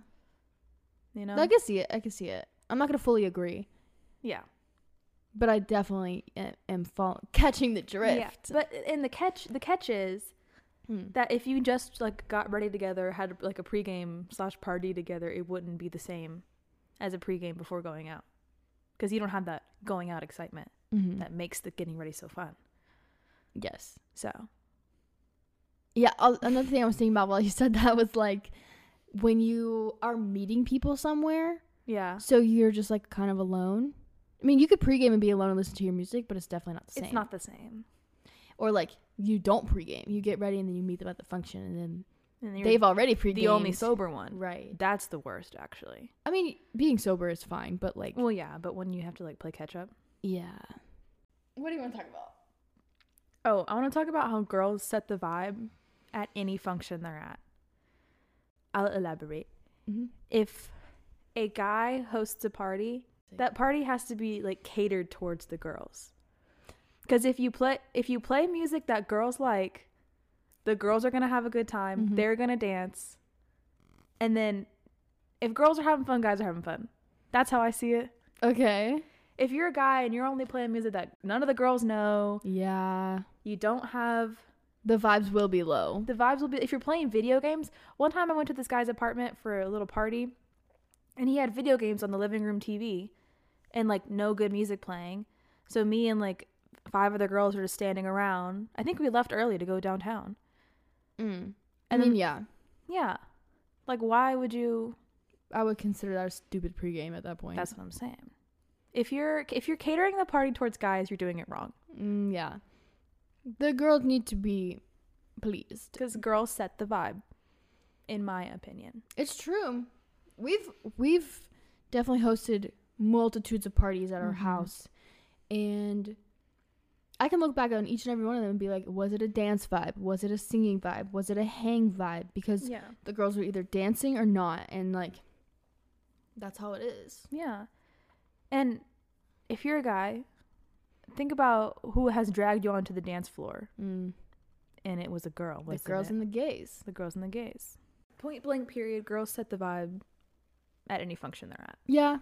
A: You know,
B: I can see it. I can see it. I'm not gonna fully agree,
A: Yeah.
B: but I definitely a- am fall- catching the drift.
A: But and the catch the catch is
B: Hmm.
A: that if you just like got ready together, had like a pregame slash party together, it wouldn't be the same as a pregame before going out. Because you don't have that going out excitement
B: Mhm.
A: that makes the getting ready so fun.
B: Yes.
A: So
B: Yeah. al- Another thing I was thinking about while you said that was like when you are meeting people somewhere,
A: yeah,
B: so you're just like kind of alone. I mean, you could pregame and be alone and listen to your music, but it's definitely not the same.
A: it's not the same.
B: Or like you don't pregame, you get ready and then you meet them at the function, and then
A: And you're
B: they've already
A: the
B: pregamed.
A: only sober one.
B: Right.
A: That's the worst, actually.
B: I mean, being sober is fine, but like,
A: Well, yeah, but when you have to like play catch up.
B: yeah. What do you want to talk about?
A: Oh, I want to talk about how girls set the vibe at any function they're at. I'll elaborate.
B: Mhm.
A: If a guy hosts a party, that party has to be like catered towards the girls. Cuz if you play if you play music that girls like, the girls are going to have a good time.
B: Mhm.
A: They're going to dance. And then if girls are having fun, guys are having fun. That's how I see it.
B: Okay.
A: If you're a guy and you're only playing music that none of the girls know,
B: Yeah.
A: you don't have
B: The vibes will be low.
A: the vibes will be if you're playing video games one time i went to this guy's apartment for a little party and he had video games on the living room tv and like no good music playing so me and like five other girls were just standing around i think we left early to go downtown
B: Mm. I
A: And
B: mean,
A: then-
B: yeah,
A: yeah like why would you
B: I would consider that a stupid pregame at that point.
A: that's what i'm saying if you're if you're catering the party towards guys you're doing it wrong
B: mm, yeah. The girls need to be pleased.
A: because girls set the vibe in my opinion
B: It's true. We've we've definitely hosted multitudes of parties at our
A: Mhm.
B: house, and I can look back on each and every one of them and be like, was it a dance vibe? Was it a singing vibe? Was it a hang vibe? Because
A: yeah
B: the girls were either dancing or not, and like, that's how it is.
A: Yeah. And if you're a guy, think about who has dragged you onto the dance floor.
B: Mm.
A: And it was a girl.
B: The
A: Wasn't
B: girls
A: it?
B: and the gays.
A: the girls and the gays. Point blank period, girls set the vibe at any function they're at.
B: Yeah,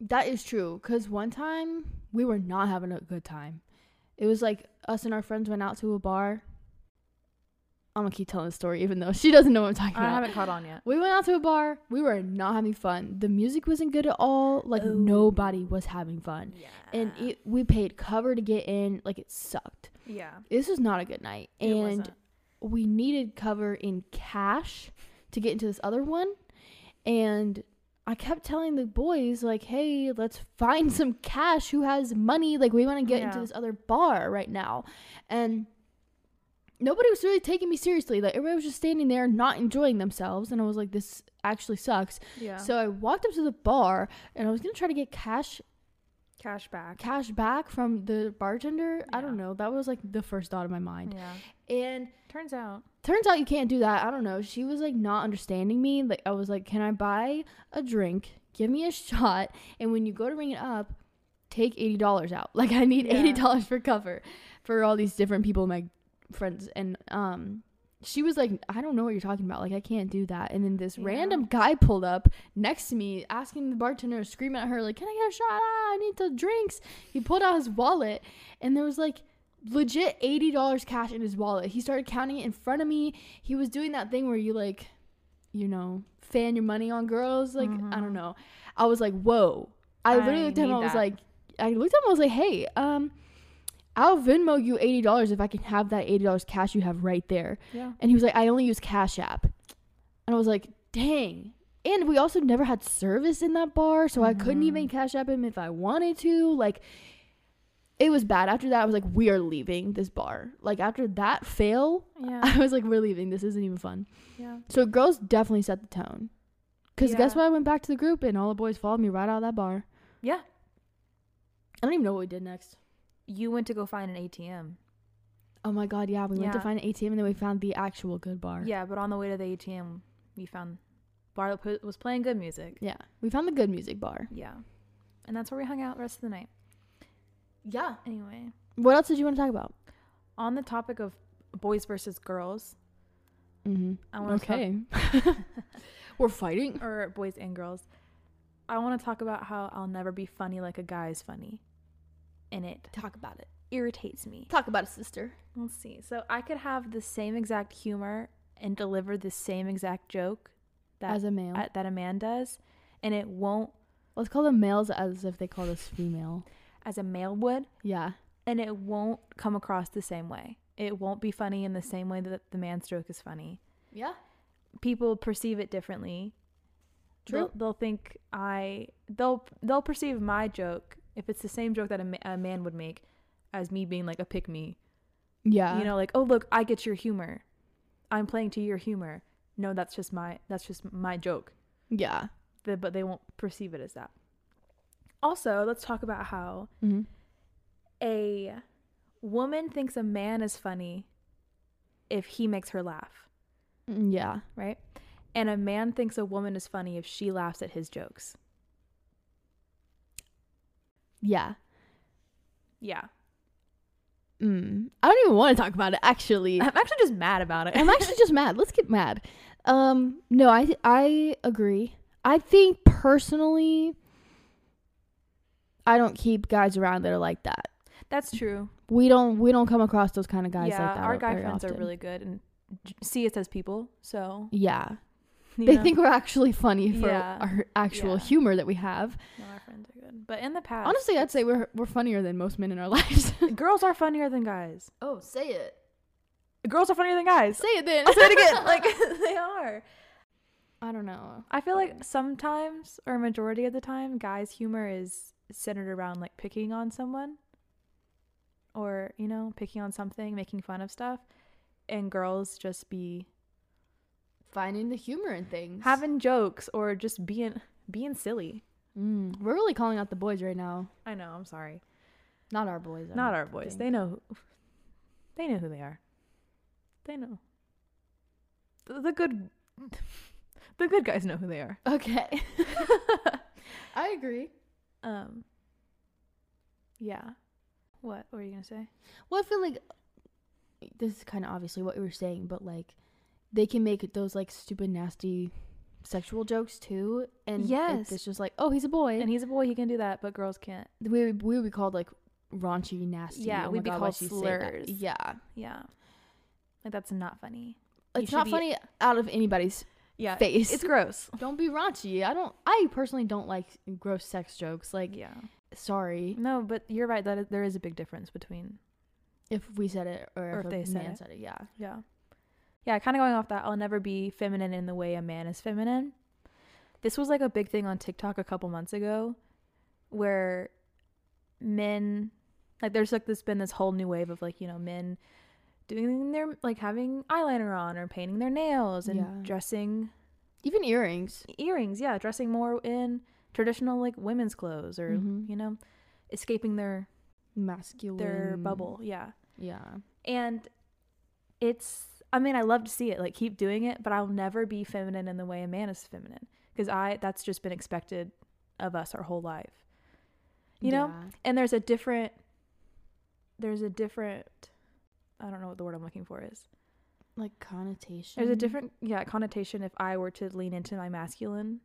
B: that is true. Because one time we were not having a good time. It was like us and our friends went out to a bar. I'm gonna keep telling the story, even though she doesn't know what I'm talking
A: I
B: about.
A: haven't caught on yet.
B: We went out to a bar. We were not having fun. The music wasn't good at all. Like
A: Oh. Ah.
B: nobody was having fun,
A: Yeah.
B: and
A: e-
B: it, we paid cover to get in. Like it sucked.
A: yeah.
B: This was not a good night,
A: It
B: and
A: wasn't.
B: we needed cover in cash to get into this other one and i kept telling the boys like hey let's find some cash who has money like we want to get into
A: Yeah.
B: this other bar right now and nobody was really taking me seriously like everybody was just standing there not enjoying themselves and i was like this actually sucks
A: Yeah.
B: so i walked up to the bar and i was gonna try to get cash
A: Cash back.
B: cash back from the bartender i don't
A: Yeah.
B: know that was like the first thought in my mind
A: Yeah.
B: and
A: Turns out.
B: turns out you can't do that. I don't know. She was like not understanding me. Like I was like, "Can I buy a drink? Give me a shot." And when you go to ring it up, take eighty dollars out. Like I need
A: Yeah.
B: eighty dollars for cover for all these different people, my friends, and um. She was like, I don't know what you're talking about. Like, I can't do that. And then this
A: Yeah.
B: random guy pulled up next to me, asking the bartender, screaming at her, like, "Can I get a shot? Ah, I need the drinks." He pulled out his wallet, and there was like legit eighty dollars cash in his wallet. He started counting it in front of me. He was doing that thing where you like, you know, fan your money on girls. Like I don't know. I was like, whoa. I literally
A: Mm-hmm. I
B: looked at him.
A: need
B: I was
A: that.
B: like, I looked at him. I was like, hey, um, I'll Venmo you eighty dollars if I can have that eighty dollars cash you have right there.
A: Yeah.
B: And he was like, I only use Cash App. And I was like, dang. And we also never had service in that bar, so I couldn't
A: Mm.
B: even Cash App him if I wanted to. Like, it was bad. After that, I was like, we are leaving this bar. Like, after that fail,
A: Yeah.
B: I was like, we're leaving. This isn't even fun.
A: Yeah.
B: So, girls definitely set the tone. Because guess
A: Yeah.
B: what? I went back to the group, and all the boys followed me right out of that bar.
A: Yeah.
B: I don't even know what we did next.
A: You went to go find an ATM.
B: Oh my God, yeah. We went to
A: Yeah.
B: find an ATM, and then we found the actual good bar.
A: Yeah, but on the way to the ATM, we found bar that pu- was playing good music.
B: Yeah. We found the good music bar.
A: Yeah. And that's where we hung out the rest of the night.
B: Yeah.
A: Anyway.
B: What else did you want to talk about?
A: on the topic of boys versus girls,
B: Mm-hmm.
A: I want to
B: We're fighting.
A: talk, or boys and girls. I want to talk about how I'll never be funny like a guy is funny. And it
B: Talk about it.
A: irritates me.
B: Talk about it, sister.
A: Let's see. So I could have the same exact humor and deliver the same exact joke that
B: as a male.
A: uh, that a man does, and it won't
B: Let's call them males as if they called us female.
A: as a male would,
B: Yeah.
A: and it won't come across the same way. It won't be funny in the same way that the man's joke is funny.
B: Yeah.
A: People perceive it differently. They'll,
B: True.
A: they'll think I they'll they'll perceive my joke if it's the same joke that a, ma- a man would make as me being like a pick me.
B: Yeah.
A: you know, like oh look, I get your humor. I'm playing to your humor. No, that's just my that's just my joke.
B: Yeah.
A: The, but they won't perceive it as that. Also, let's talk about how
B: hmm
A: a woman thinks a man is funny if he makes her laugh,
B: Mm-hmm. Yeah.
A: right? And a man thinks a woman is funny if she laughs at his jokes.
B: Yeah.
A: Yeah.
B: Mm. I don't even want to talk about it. Actually,
A: I'm actually just mad about it.
B: I'm actually just mad. Let's get mad. Um. No, I I agree. I think personally, I don't keep guys around that are like that.
A: That's true.
B: We don't we don't come across those kind of guys
A: yeah,
B: like that.
A: our guy
B: very
A: friends
B: often.
A: are really good and j- see us as people. So
B: Yeah.
A: you
B: They
A: know.
B: think we're actually funny for
A: Yeah.
B: our actual
A: Yeah.
B: humor that we have.
A: no, our friends are good. But in the past,
B: Honestly, I'd say we're we're funnier than most men in our lives.
A: girls are funnier than guys.
B: oh, say it.
A: Girls are funnier than guys.
B: Say it then.
A: I'll say it again. Like they are.
B: I don't know.
A: I feel like sometimes, or majority of the time, guys' humor is centered around like picking on someone or, you know, picking on something, making fun of stuff. And girls just be
B: Finding the humor in things.
A: having jokes or just being being silly.
B: Mm, we're really calling out the boys right now.
A: I know, I'm sorry.
B: Not our boys. I
A: Not
B: don't
A: our boys.
B: think.
A: They know who, they know who they are. They know. The, the good the good guys know who they are.
B: Okay. I agree.
A: Um Yeah. What were you going to say?
B: Well, I feel like this is kind of obviously what we were saying, but like they can make those like stupid, nasty sexual jokes too. And it-
A: Yes.
B: it's just like, oh, he's a boy.
A: and he's a boy, he can do that, but girls can't.
B: we would- we would be called like raunchy, nasty.
A: Yeah,
B: Oh my
A: we'd be
B: God,
A: called
B: why'd you say that?
A: slurs.
B: Yeah,
A: Yeah, like that's not funny. You
B: it's
A: should
B: not
A: be-
B: funny out of anybody's
A: Yeah,
B: face.
A: it's gross.
B: don't be raunchy. I don't. I personally don't like gross sex jokes. Like,
A: yeah,
B: sorry
A: no, but you're right. That is, there is a big difference between.
B: if we said it or,
A: Or if
B: if, a
A: they said
B: man
A: it.
B: said it. Yeah,
A: Yeah, yeah. Kind of going off that, I'll never be feminine in the way a man is feminine. This was like a big thing on TikTok a couple months ago, where men, like, there's like this been this whole new wave of like you know men doing their like having eyeliner on or painting their nails and
B: Yeah.
A: dressing
B: even earrings.
A: earrings yeah dressing more in traditional like women's clothes or
B: Mhm.
A: you know escaping their
B: Masculine.
A: their bubble yeah
B: Yeah.
A: and it's i mean i love to see it like keep doing it but i'll never be feminine in the way a man is feminine because i that's just been expected of us our whole life you know
B: Yeah.
A: and there's a different there's a different i don't know what the word i'm looking for is
B: like connotation.
A: there's a different yeah connotation if i were to lean into my masculine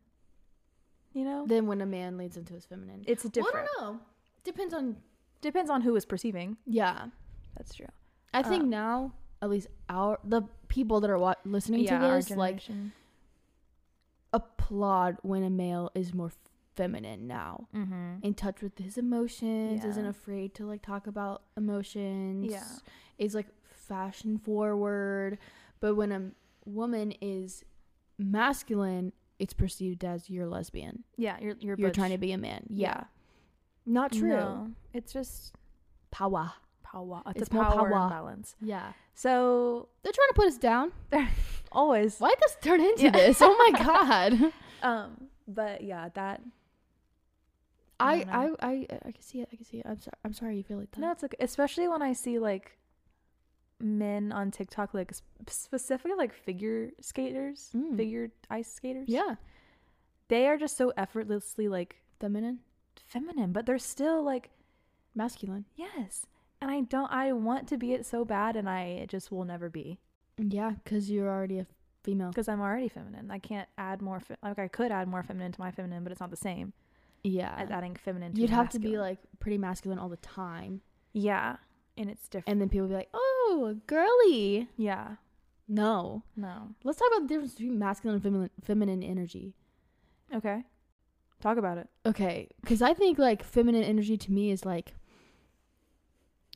A: you know
B: than when a man leads into his feminine.
A: it's
B: Well,
A: different
B: I don't know. Depends on.
A: depends on who is perceiving
B: Yeah,
A: that's true
B: I think
A: Um,
B: now at least our the people that are wa- listening to this like applaud when a male is more feminine now
A: mm-hmm.
B: in touch with his emotions
A: Yeah.
B: isn't afraid to like talk about emotions
A: Yeah.
B: is like fashion forward but when a m- woman is masculine it's perceived as you're lesbian
A: yeah you're you're,
B: you're trying to be a man yeah, not true
A: it's just
B: power
A: power it's,
B: It's
A: a
B: more
A: power,
B: power.
A: imbalance
B: yeah
A: so
B: they're trying to put us down
A: always
B: why does turn into
A: Yeah.
B: this oh my god
A: um but yeah that I
B: I,
A: don't
B: I
A: know.
B: i i can see it i can see it i'm sorry i'm sorry you feel like that
A: no it's like especially when i see like men on tiktok like sp- specifically like figure skaters
B: Mm.
A: figure ice skaters
B: yeah
A: they are just so effortlessly like
B: feminine
A: feminine but they're still like
B: masculine
A: Yes. And I don't I want to be it so bad and I it just will never be.
B: Yeah, because you're already a female.
A: because I'm already feminine. I can't add more. Fe- like I could add more feminine to my feminine, but it's not the same
B: Yeah.
A: as adding feminine. To
B: You'd have to be
A: masculine.
B: like pretty masculine all the time.
A: yeah, and it's different.
B: And then people be like, oh, girly.
A: yeah,
B: No.
A: no,
B: Let's talk about the difference between masculine and feminine, feminine energy.
A: okay. Talk about it.
B: Okay. Because I think like feminine energy to me is like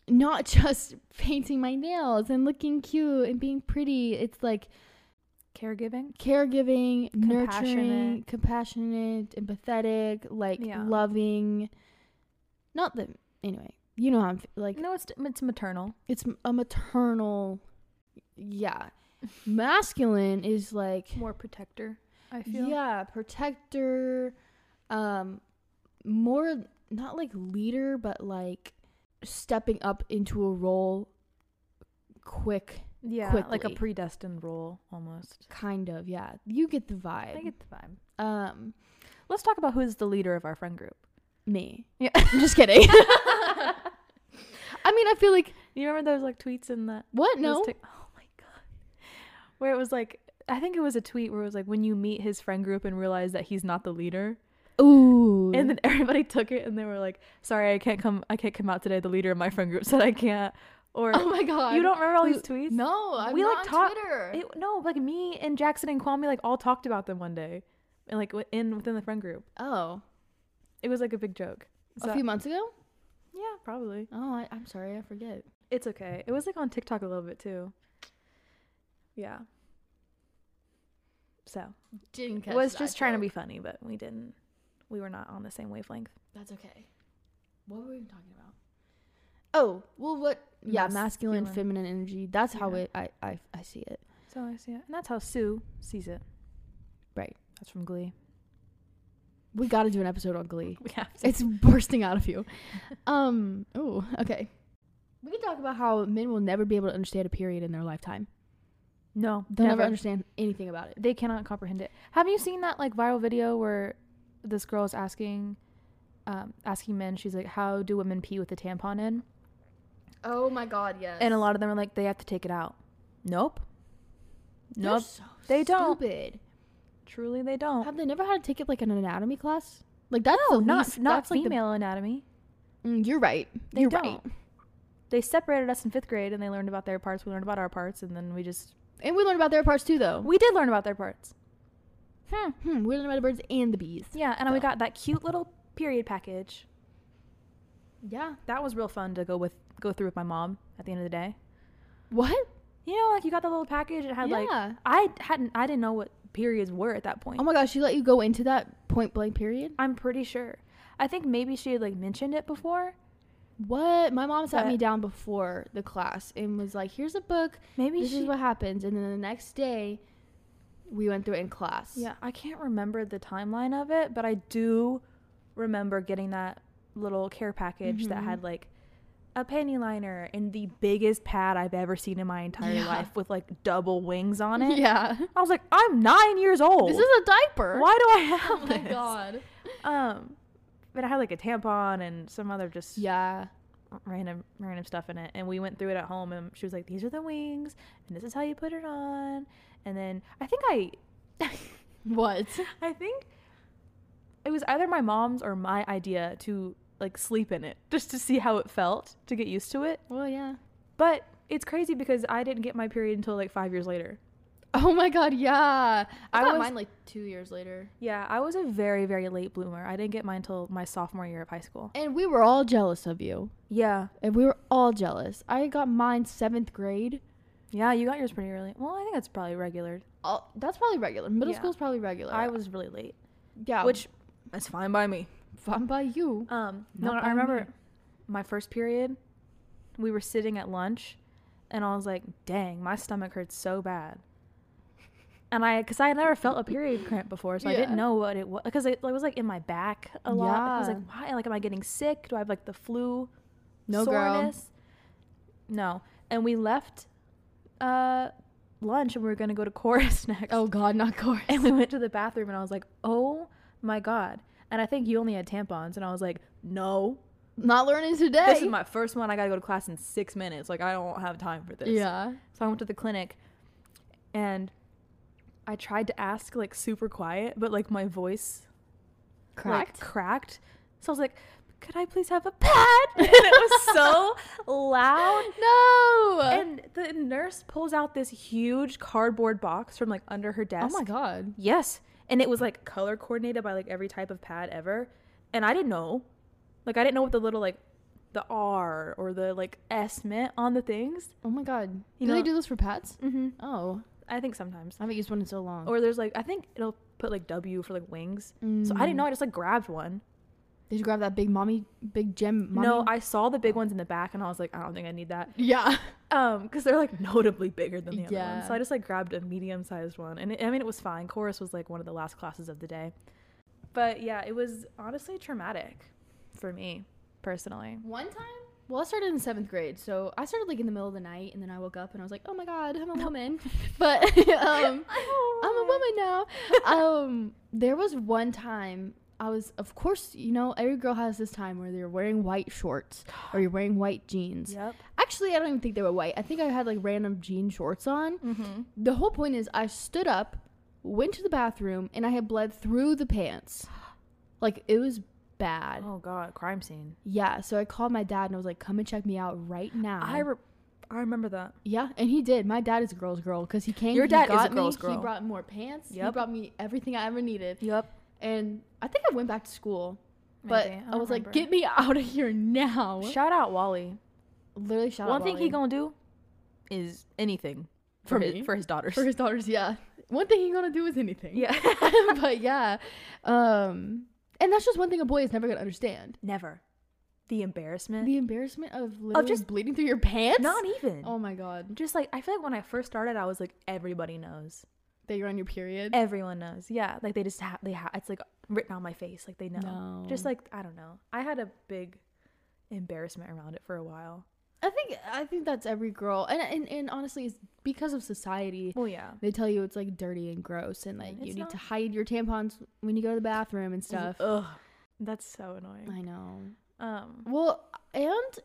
B: not just painting my nails and looking cute and being pretty. It's like
A: Caregiving.
B: caregiving, nurturing,
A: Compassionate.
B: compassionate, empathetic, like
A: Yeah.
B: loving. Not that anyway. You know how I'm fe- like
A: No, it's it's maternal.
B: it's a maternal yeah. Masculine is like
A: More protector. I feel.
B: yeah, protector um more not like leader but like stepping up into a role quick
A: yeah, like a
B: quickly.
A: predestined role almost.
B: kind of. Yeah. You get the vibe.
A: I get the vibe.
B: um
A: Let's talk about who's the leader of our friend group.
B: me.
A: Yeah.
B: I'm just kidding. I mean, I feel like
A: You remember those like tweets in the
B: what?
A: those
B: No.
A: tic- oh my god. Where it was like I think it was a tweet where it was like when you meet his friend group and realize that he's not the leader.
B: Ooh.
A: And then everybody took it and they were like, "Sorry, I can't come I can't come out today. The leader of my friend group said I can't." Or
B: oh my god.
A: you don't remember all these
B: Who-
A: tweets?
B: No, I'm
A: We,
B: not
A: like,
B: on
A: talk-
B: Twitter.
A: It, no, like me and Jackson and Kwame like all talked about them one day. And like in within the friend group.
B: oh,
A: It was like a big joke. So-
B: a few months ago.
A: yeah, probably.
B: Oh, I, I'm sorry, I forget.
A: It's okay. It was like on TikTok a little bit too. Yeah. So
B: Didn't catch
A: was just trying to be funny, but we didn't. We were not on the same wavelength.
B: That's okay. What were we even talking about? Oh, well, what? Yeah, masculine,
A: Masculine.
B: feminine energy. That's how
A: Yeah.
B: it. I, I, I see it.
A: So I see it, and that's how Sue sees it.
B: Right.
A: That's from Glee.
B: We got to do an episode on Glee.
A: We have to.
B: It's bursting out of you. Um. Oh. Okay. We can talk about how men will never be able to understand a period in their lifetime.
A: no,
B: They'll never
A: never.
B: understand anything about it.
A: They cannot comprehend it. Have you seen that like viral video where this girl is asking, um, asking men? She's like, "How do women pee with a tampon in?"
B: Oh my God. Yes.
A: And a lot of them are like, "They have to take it out." Nope. Nope. They don't.
B: Stupid.
A: Truly, they don't.
B: Have they never had to take it like in an anatomy class? Like that's the
A: not
B: least-
A: not
B: that's, like, the-
A: female anatomy.
B: Mm, you're right.
A: They
B: you're right.
A: don't. They separated us in fifth grade, and they learned about their parts. We learned about our parts, and then we just
B: And we learned about their parts too, though.
A: we did learn about their parts. Hmm.
B: Hmm, we learned about the birds and the bees.
A: Yeah, and we
B: So-
A: got that cute little period package.
B: Yeah.
A: That was real fun to go with go through with my mom at the end of the day.
B: What?
A: You know, like you got the little package. It had like
B: Yeah.
A: I hadn't I didn't know what periods were at that point.
B: Oh my gosh, she let you go into that point blank period?
A: I'm pretty sure. I think maybe she had like mentioned it before.
B: What? My mom sat
A: But-
B: me down before the class and was like, "Here's a book.
A: Maybe
B: This
A: she.
B: is what happens." And then the next day, we went through it in class.
A: yeah, I can't remember the timeline of it, but I do remember getting that little care package that
B: Mhm.
A: had like a panty liner and the biggest pad I've ever seen in my entire
B: Yeah.
A: life with like double wings on it. Oh.
B: Yeah.
A: I was like, I'm nine years old.
B: This is a diaper.
A: Why do I have
B: Oh my
A: this?
B: god.
A: Um, but I had like a tampon and some other just
B: Yeah.
A: random random stuff in it, and we went through it at home. And she was like, "These are the wings, and this is how you put it on." And then I think I,
B: What?
A: I think it was either my mom's or my idea to like sleep in it just to see how it felt to get used to it.
B: Well, yeah.
A: But it's crazy because I didn't get my period until like five years later.
B: Oh my god, yeah. I,
A: I
B: got
A: was-
B: mine like 2 years later.
A: Yeah, I was a very very late bloomer. I didn't get mine until my sophomore year of high school.
B: And we were all jealous of you.
A: Yeah,
B: And we were all jealous. I got mine 7th grade.
A: yeah, you got yours pretty early. Well, I think that's probably regular.
B: All, that's probably regular. Middle
A: Yeah.
B: school's probably regular.
A: I was really late,
B: yeah,
A: which that's fine by me.
B: fun by you.
A: Um, no,
B: Not
A: I
B: by
A: remember
B: me.
A: my first period. We were sitting at lunch, and I was like, "Dang, my stomach hurts so bad." And I, because I had never felt a period cramp before, so I
B: Yeah.
A: didn't know what it was. Because it, like, was like in my back a lot. I was
B: Yeah.
A: like, "Why? Like, am I getting sick? Do I have like the flu?"
B: No, girl.
A: soreness? No. And we left uh, lunch, and we were gonna go to chorus next.
B: Oh god, not chorus.
A: And we went to the bathroom, and I was like, "Oh my god!" And I think you only had tampons, and I was like, "No,
B: not learning today.
A: this is my first one. I gotta go to class in six minutes. Like, I don't have time for this."
B: Yeah.
A: So I went to the clinic, and I tried to ask like super quiet, but like my voice like
B: Correct.
A: cracked. So I was like, "Could I please have a pad?" And it was so loud.
B: oh, no.
A: And the nurse pulls out this huge cardboard box from like under her
B: oh
A: desk.
B: my god.
A: Yes, and it was like color coordinated by like every type of pad ever, and I didn't know, like I didn't know what the little like the R or the like S meant on the things.
B: Oh my god.
A: You
B: do they
A: know-
B: do this for pets?
A: Mm-hmm.
B: Oh,
A: I think sometimes,
B: I haven't used one in so long.
A: or there's like I think it'll put like W for like wings. So I
B: Mm.
A: didn't know. I just like grabbed one.
B: Did you grab that big mommy, big gem? Mommy?
A: No, I saw the big ones in the back, and I was like, I don't think I need that.
B: yeah.
A: Um, because they're like notably bigger than the other
B: Yeah.
A: ones. So I just like grabbed a medium sized one, and it, I mean it was fine. Chorus was like one of the last classes of the day, but yeah, it was honestly traumatic for me personally.
B: One time. Well, I started in seventh grade, so I started like in the middle of the night, and then I woke up and I was like, "Oh my god, I'm a woman," but um,
A: Oh.
B: I'm a woman now. um, there was one time I was, of course, you know, every girl has this time where they're wearing white shorts or you're wearing white jeans.
A: Yep.
B: Actually, I don't even think they were white. I think I had like random jean shorts on.
A: Mm-hmm.
B: The whole point is I stood up, went to the bathroom, and I had bled through the pants. Like it was bad.
A: Oh god, crime scene.
B: Yeah, so I called my dad and I was like, "Come and check me out right now."
A: I re- I remember that.
B: yeah, and he did. My dad is a girl's girl because he came.
A: Your
B: he
A: dad is a
B: got me,
A: girl's
B: He
A: girl.
B: brought more pants. He
A: Yep.
B: brought me everything I ever needed.
A: Yep.
B: And I think I went back to school, but I, was like, "Get me out of here now!"
A: Shout out Wally.
B: Literally, shout
A: one
B: out
A: thing
B: Wally.
A: he gonna do is anything
B: For
A: for
B: me?
A: his, for his daughters.
B: for his daughters. Yeah, one thing he gonna do is anything.
A: yeah.
B: but yeah, um, and that's just one thing a boy is never gonna understand:
A: Never. The embarrassment.
B: the embarrassment of literally just
A: just-
B: bleeding through your pants.
A: Not even.
B: oh my god,
A: Just like I feel like when I first started, I was like, everybody knows.
B: that you're on your period.
A: Everyone knows. Yeah. Like they just have. They have. It's like written on my face. Like they know. Just
B: No.
A: like I don't know. I had a big embarrassment around it for a while.
B: I think I think that's every girl, and and, and honestly, it's because of society.
A: Well, yeah.
B: They tell you it's like dirty and gross, and like you
A: It's
B: need
A: not-
B: to hide your tampons when you go to the bathroom and stuff.
A: Ugh. That's so annoying.
B: I know.
A: Um.
B: Well, and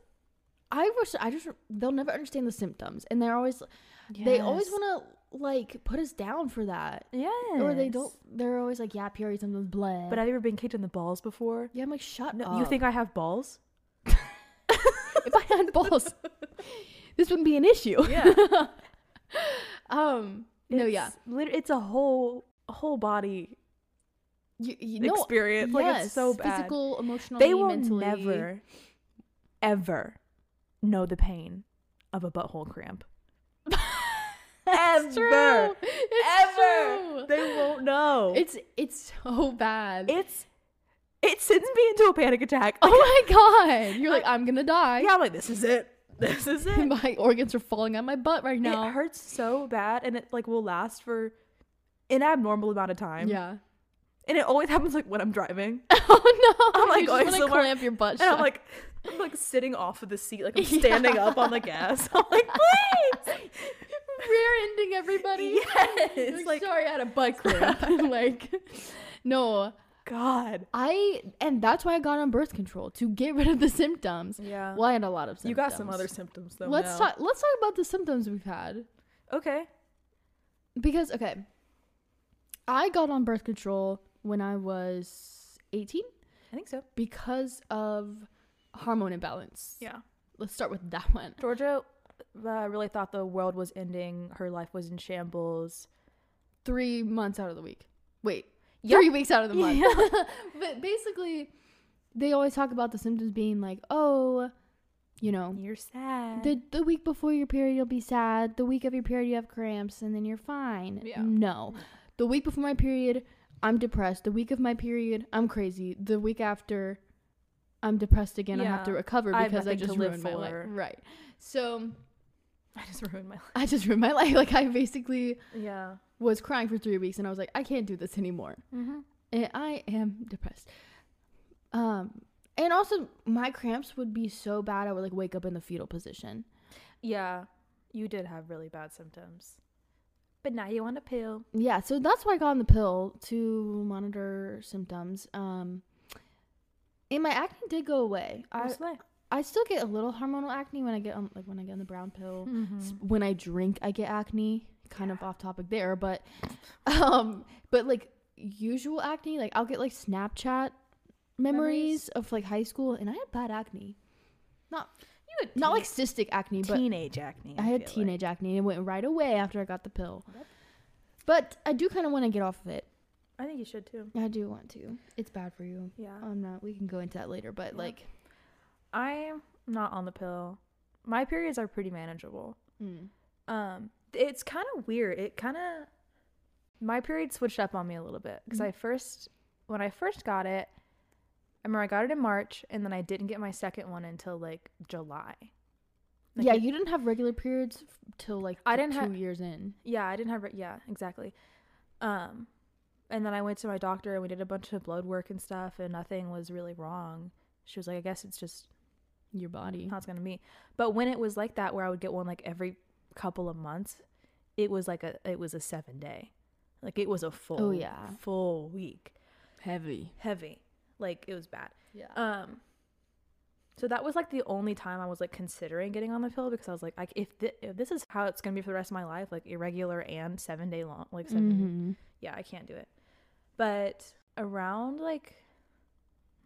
B: I wish I just they'll never understand the symptoms, and they're always they always
A: Yes.
B: want to like put us down for that,
A: Yes.
B: or they don't. They're always like, yeah, period symptoms, bleh.
A: But have you ever been kicked in the balls before?
B: yeah, I'm like, shut
A: No,
B: up.
A: you think I have balls?
B: if I had balls, this wouldn't be an issue?
A: Yeah.
B: um. no, yeah.
A: It's lit- it's a whole a whole body
B: You, you know,
A: experience. like it's so
B: yes,
A: bad.
B: Physical, emotional,
A: they will
B: mentally.
A: never, ever know the pain of a butthole cramp.
B: It's
A: ever,
B: true. It's
A: ever.
B: true.
A: They won't know.
B: It's it's so bad.
A: it's it sends me into a panic attack.
B: oh my god! You're like, I'm gonna die.
A: yeah, I'm like, this is it. This is it.
B: my organs are falling out my butt right now.
A: It hurts so bad, and it like will last for an abnormal amount of time.
B: Yeah.
A: and it always happens like when I'm driving,
B: Oh no!
A: I'm, like,
B: you
A: going
B: just wanna
A: somewhere,
B: clamp your butt
A: and
B: shut.
A: I'm like, I'm like sitting off of the seat, like I'm
B: Yeah.
A: standing up on the gas. I'm like, please.
B: rear ending everybody.
A: Yes,
B: You're Like,
A: like-
B: sorry, I had a butt cramp. like, no,
A: God.
B: I and that's why I got on birth control to get rid of the symptoms.
A: Yeah.
B: Well, I had a lot of symptoms.
A: you got some other symptoms though.
B: Let's
A: now.
B: talk. Let's talk about the symptoms we've had.
A: Okay.
B: Because okay, I got on birth control when I was 18
A: I think so.
B: because of hormone imbalance.
A: Yeah.
B: Let's start with that one.
A: Georgia uh, really thought the world was ending. Her life was in shambles.
B: 3 months out of the week. Wait.
A: Yep.
B: 3 weeks out of the month.
A: Yeah.
B: but basically they always talk about the symptoms being like, "Oh, you know,
A: You're sad.
B: the the week before your period you'll be sad, the week of your period you have cramps and then you're fine."
A: Yeah.
B: No. The week before my period, I'm depressed. The week of my period, I'm crazy. The week after, I'm depressed again. I have
A: Yeah.
B: to recover
A: I have
B: because I,
A: nothing to
B: just
A: live
B: ruined my life.
A: for.
B: Right. So
A: I just ruined my life.
B: I just ruined my life. Like I basically
A: Yeah.
B: was crying for three weeks, and I was like, I can't do this anymore.
A: Mm-hmm.
B: And I am depressed. Um, and also my cramps would be so bad. I would like wake up in the fetal position.
A: Yeah. You did have really bad symptoms. But now you want a pill.
B: Yeah. So that's why I got on the pill to monitor symptoms. Um, and my acne did go away. I I still
A: Mm-hmm.
B: get a little hormonal acne when I get on like when I get on the brown pill. S- When I drink, I get acne kind of off topic there, but um but like usual acne, like I'll get like Snapchat memories,
A: Memories.
B: of like high school and I had bad acne.
A: You had
B: Not like cystic acne, but
A: teenage acne.
B: I had
A: feel like.
B: teenage acne and it went right away after I got the pill.
A: Yep.
B: But I do kind of want to get off of it.
A: I think you should too.
B: I do want to. It's bad for you.
A: Yeah.
B: I'm not. We can go into that later, but
A: Yeah.
B: like,
A: I'm not on the pill. My periods are pretty manageable.
B: mm,
A: Um, it's kind of weird. It kind of my period switched up on me a little bit
B: Mm-hmm.
A: because I first when I first got it, I remember I got it in March and then I didn't get my second one until like July. Like,
B: yeah,
A: it-
B: you didn't have regular periods f- till like
A: I
B: th-
A: didn't
B: two
A: ha-
B: years in.
A: yeah, I didn't have re- yeah exactly. Um, and then I went to my doctor and we did a bunch of blood work and stuff and nothing was really wrong. She was like, I guess it's just
B: Your body.
A: how it's gonna be. But when it was like that, where I would get one like every couple of months, it was like a it was a seven day, like it was a full
B: yeah.
A: full week,
B: Heavy.
A: heavy, like it was bad.
B: Yeah.
A: Um, so that was like the only time I was like considering getting on the pill because I was like, like if, thi- if this is how it's gonna be for the rest of my life, like irregular and seven day long, like 7
B: Mhm.
A: yeah, I can't do it. But around like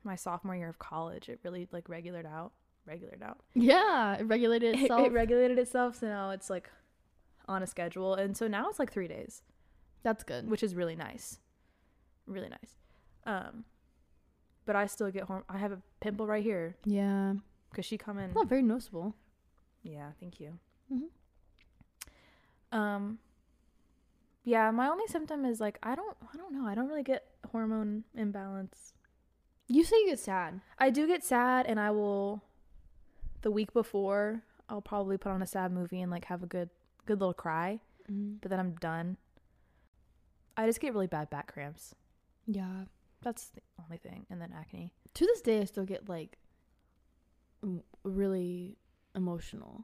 A: my sophomore year of college, it really like regulated out, regulated out
B: Yeah, it regulated
A: it,
B: itself.
A: it regulated itself so now it's like on a schedule and so now it's like three days
B: That's good.
A: which is really nice really nice um but i still get home i have a pimple right here
B: yeah,
A: because she come in
B: not very noticeable.
A: yeah thank you
B: Mhm.
A: um yeah my only symptom is like i don't i don't know i don't really get hormone imbalance
B: You say you get sad.
A: i do get sad and i will the week before i'll probably put on a sad movie and like have a good good little cry
B: Mm-hmm.
A: but then I'm done. I just get really bad back cramps.
B: Yeah.
A: That's the only thing. And then acne.
B: To this day, I still get like w- really emotional.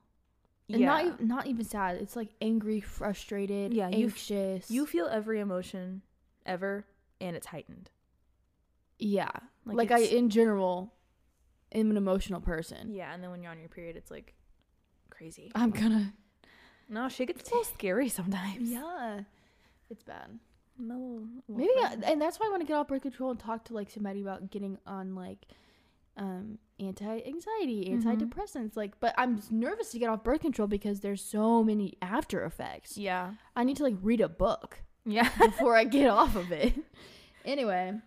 B: And not even, not even sad. It's like angry, frustrated,
A: Yeah, you f-
B: anxious.
A: you feel every emotion ever, and it's heightened.
B: yeah.
A: Like,
B: Like, I,
A: it's-
B: in general, am an emotional person.
A: Yeah, and then when you're on your period, it's like crazy.
B: I'm gonna.
A: No, she gets a little scary sometimes.
B: Yeah, it's bad.
A: I'm a little- a little
B: Maybe, I,
A: frightened.
B: and that's why I want to get off birth control and talk to like somebody about getting on like um anti-anxiety,
A: Mhm.
B: antidepressants. Like, but I'm s- nervous to get off birth control because there's so many after effects.
A: Yeah.
B: I need to like read a book
A: Yeah.
B: before I get off of it. Anyway,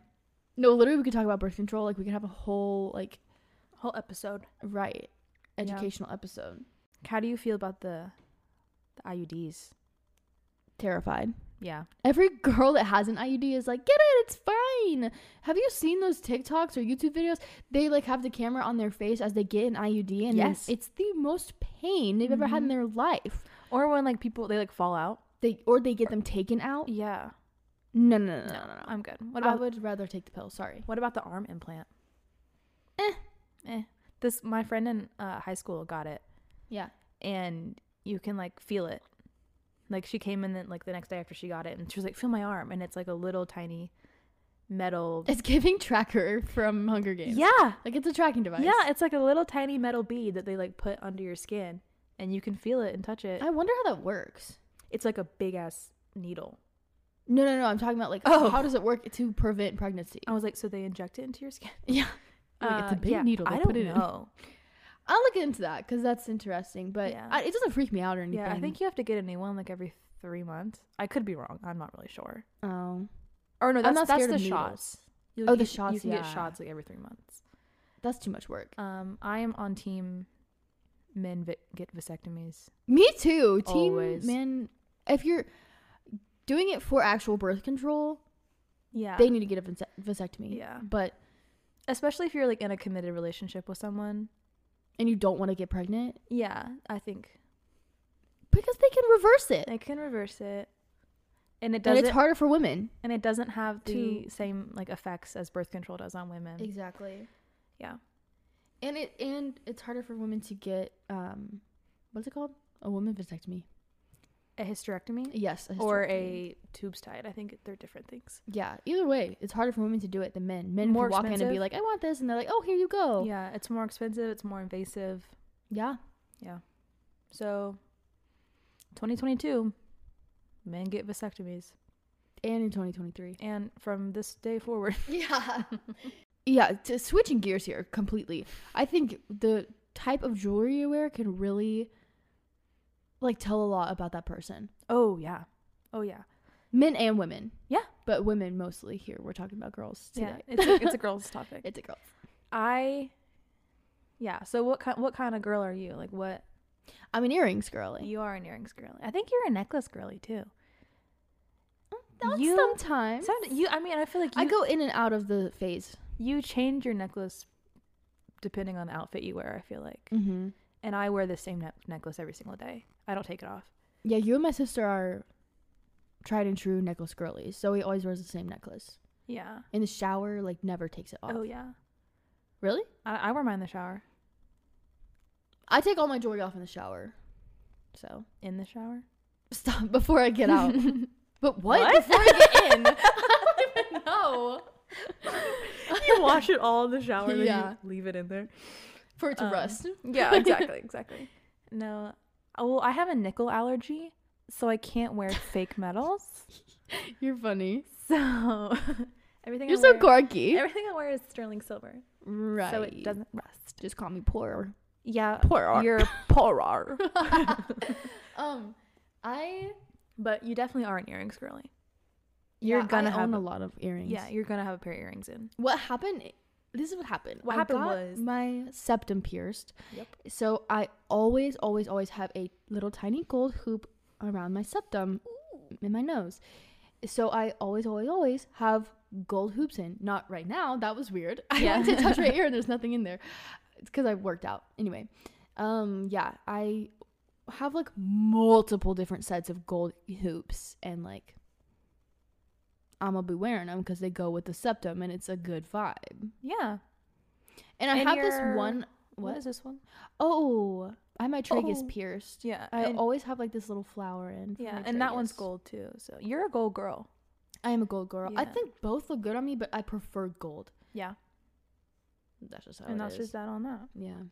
B: no, literally, we could talk about birth control. Like, we could have a whole like
A: Whole episode.
B: right
A: Yeah.
B: educational episode.
A: How do you feel about the the IUDs?
B: Terrified.
A: Yeah.
B: Every girl that has an IUD is like, get it, it's fine. Have you seen those TikToks or YouTube videos? They like have the camera on their face as they get an IUD, and
A: Yes.
B: it's the most pain they've ever had in
A: Mhm.
B: their life.
A: Or when like people they like fall out.
B: They or they get them taken out.
A: Yeah.
B: No, no, no, no,
A: No,
B: no. no.
A: I'm good. What
B: I
A: about
B: would rather take the pill. Sorry.
A: What about the arm implant?
B: Eh.
A: Eh. This my friend in uh, high school got it,
B: Yeah.
A: and you can like feel it. Like she came in then like the next day after she got it, and she was like, "Feel my arm," and it's like a little tiny metal.
B: It's giving tracker from Hunger Games.
A: Yeah,
B: Like it's a tracking device.
A: yeah, it's like a little tiny metal bead that they like put under your skin, and you can feel it and touch it.
B: I wonder how that works.
A: It's like a big ass needle.
B: No, no, no. I'm talking about like
A: Oh.
B: how does it work to prevent pregnancy?
A: I was like, so they inject it into your skin?
B: Yeah. Like, it's a
A: Uh,
B: big needle. They
A: I
B: put
A: don't
B: it in.
A: know.
B: I'll look into that because that's interesting. But
A: Yeah.
B: I, it doesn't freak me out or anything.
A: Yeah, I think you have to get a new one like every three months. I could be wrong. I'm not really sure.
B: Oh,
A: Or no,
B: I'm
A: that's
B: not
A: that's
B: scared
A: the
B: of needles.
A: shots. you
B: Oh, the
A: you-
B: shots,
A: You can
B: yeah.
A: get shots like every three months.
B: that's too much work.
A: Um, I am on team men vi- get vasectomies.
B: Me too. Team
A: Always.
B: men, if you're doing it for actual birth control,
A: Yeah,
B: they need to get a vase- vasectomy.
A: yeah.
B: But
A: Especially if you're like in a committed relationship with someone.
B: and you don't want to get pregnant
A: Yeah, I think
B: because they can reverse it,
A: they can reverse it, and it
B: and
A: doesn't
B: it's harder for women.
A: and it doesn't have the
B: to-
A: same like effects as birth control does on women.
B: Exactly.
A: Yeah.
B: And it and it's harder for women to get um, what's it called? A woman vasectomy.
A: A hysterectomy
B: Yes. a
A: or
B: hysterectomy.
A: a tubes tied. I think they're different things.
B: Yeah, either way, it's harder for women to do it than men. Men
A: More
B: can walk in and be
A: expensive.
B: like, "I want this," and they're like, "Oh, here you go."
A: Yeah, it's more expensive. It's more invasive.
B: yeah.
A: So, 2022, Men get vasectomies.
B: and in 2023.
A: And from this day forward,
B: Yeah. yeah, t- switching gears here completely. I think the type of jewelry you wear can really like tell a lot about that person.
A: oh yeah, oh yeah,
B: Men and women.
A: Yeah.
B: But women mostly here. We're talking about girls today.
A: yeah. It's a, it's a girl's topic.
B: It's a girl.
A: I, yeah. So what kind what kind of girl are you? Like what?
B: I'm an earrings girly.
A: You are an earrings girly. I think you're a necklace girly too.
B: Not
A: You-
B: Mm, sometimes.
A: Some- you, I mean, I feel like you
B: I go in and out of the phase.
A: you change your necklace depending on the outfit you wear. I feel like,
B: Mm-hmm.
A: and I wear the same ne- necklace every single day. I don't take it off.
B: Yeah, you and my sister are tried and true necklace girlies, so he always wears the same necklace.
A: Yeah.
B: In the shower, like never takes it off.
A: Oh yeah.
B: Really?
A: I, I wear mine in the shower.
B: I take all my jewelry off in the shower. So
A: In the shower.
B: stop before I get out. but what?
A: What?
B: Before I get in? I don't even know.
A: you wash it all in the shower,
B: then you
A: leave it in there.
B: For it to
A: Um,
B: rust.
A: Yeah, exactly, exactly. No, oh, well, I have a nickel allergy, so I can't wear fake metals.
B: You're funny.
A: So everything
B: You're
A: I
B: so
A: wear,
B: quirky.
A: Everything I wear is sterling silver,
B: Right.
A: so it doesn't rust.
B: just call me poor.
A: Yeah,
B: Poor.
A: you're poorer,
B: um, I
A: but you definitely aren't earrings girly.
B: you're
A: You're
B: gonna
A: gonna
B: I
A: have-
B: own a lot of earrings.
A: Yeah, you're gonna have a pair of earrings in.
B: What happened? This is what happened.
A: What
B: I
A: happened
B: got
A: was-
B: my septum pierced.
A: Yep.
B: So I always, always, always have a little tiny gold hoop around my septum in my nose. So I always, always, always have gold hoops in. Not right now. That was weird. I
A: Yeah.
B: went to touch my ear and there's nothing in there. It's because I worked out. Anyway, um, yeah, I have like multiple different sets of gold hoops and like I'm gonna be wearing them because they go with the septum and it's a good vibe.
A: Yeah.
B: And I
A: And
B: have this
A: your-
B: one.
A: what
B: What?
A: is this one?
B: Oh, I have my trig is
A: Oh.
B: pierced.
A: Yeah,
B: I
A: and-
B: always have like this little flower in. for
A: yeah,
B: my
A: and that one's
B: tragus.
A: gold too. So you're a gold girl.
B: I am a gold girl. I
A: Yeah.
B: think both look good on me, but I prefer gold.
A: Yeah,
B: That's just how
A: and
B: Oh, it
A: that's
B: is.
A: just that on that.
B: yeah.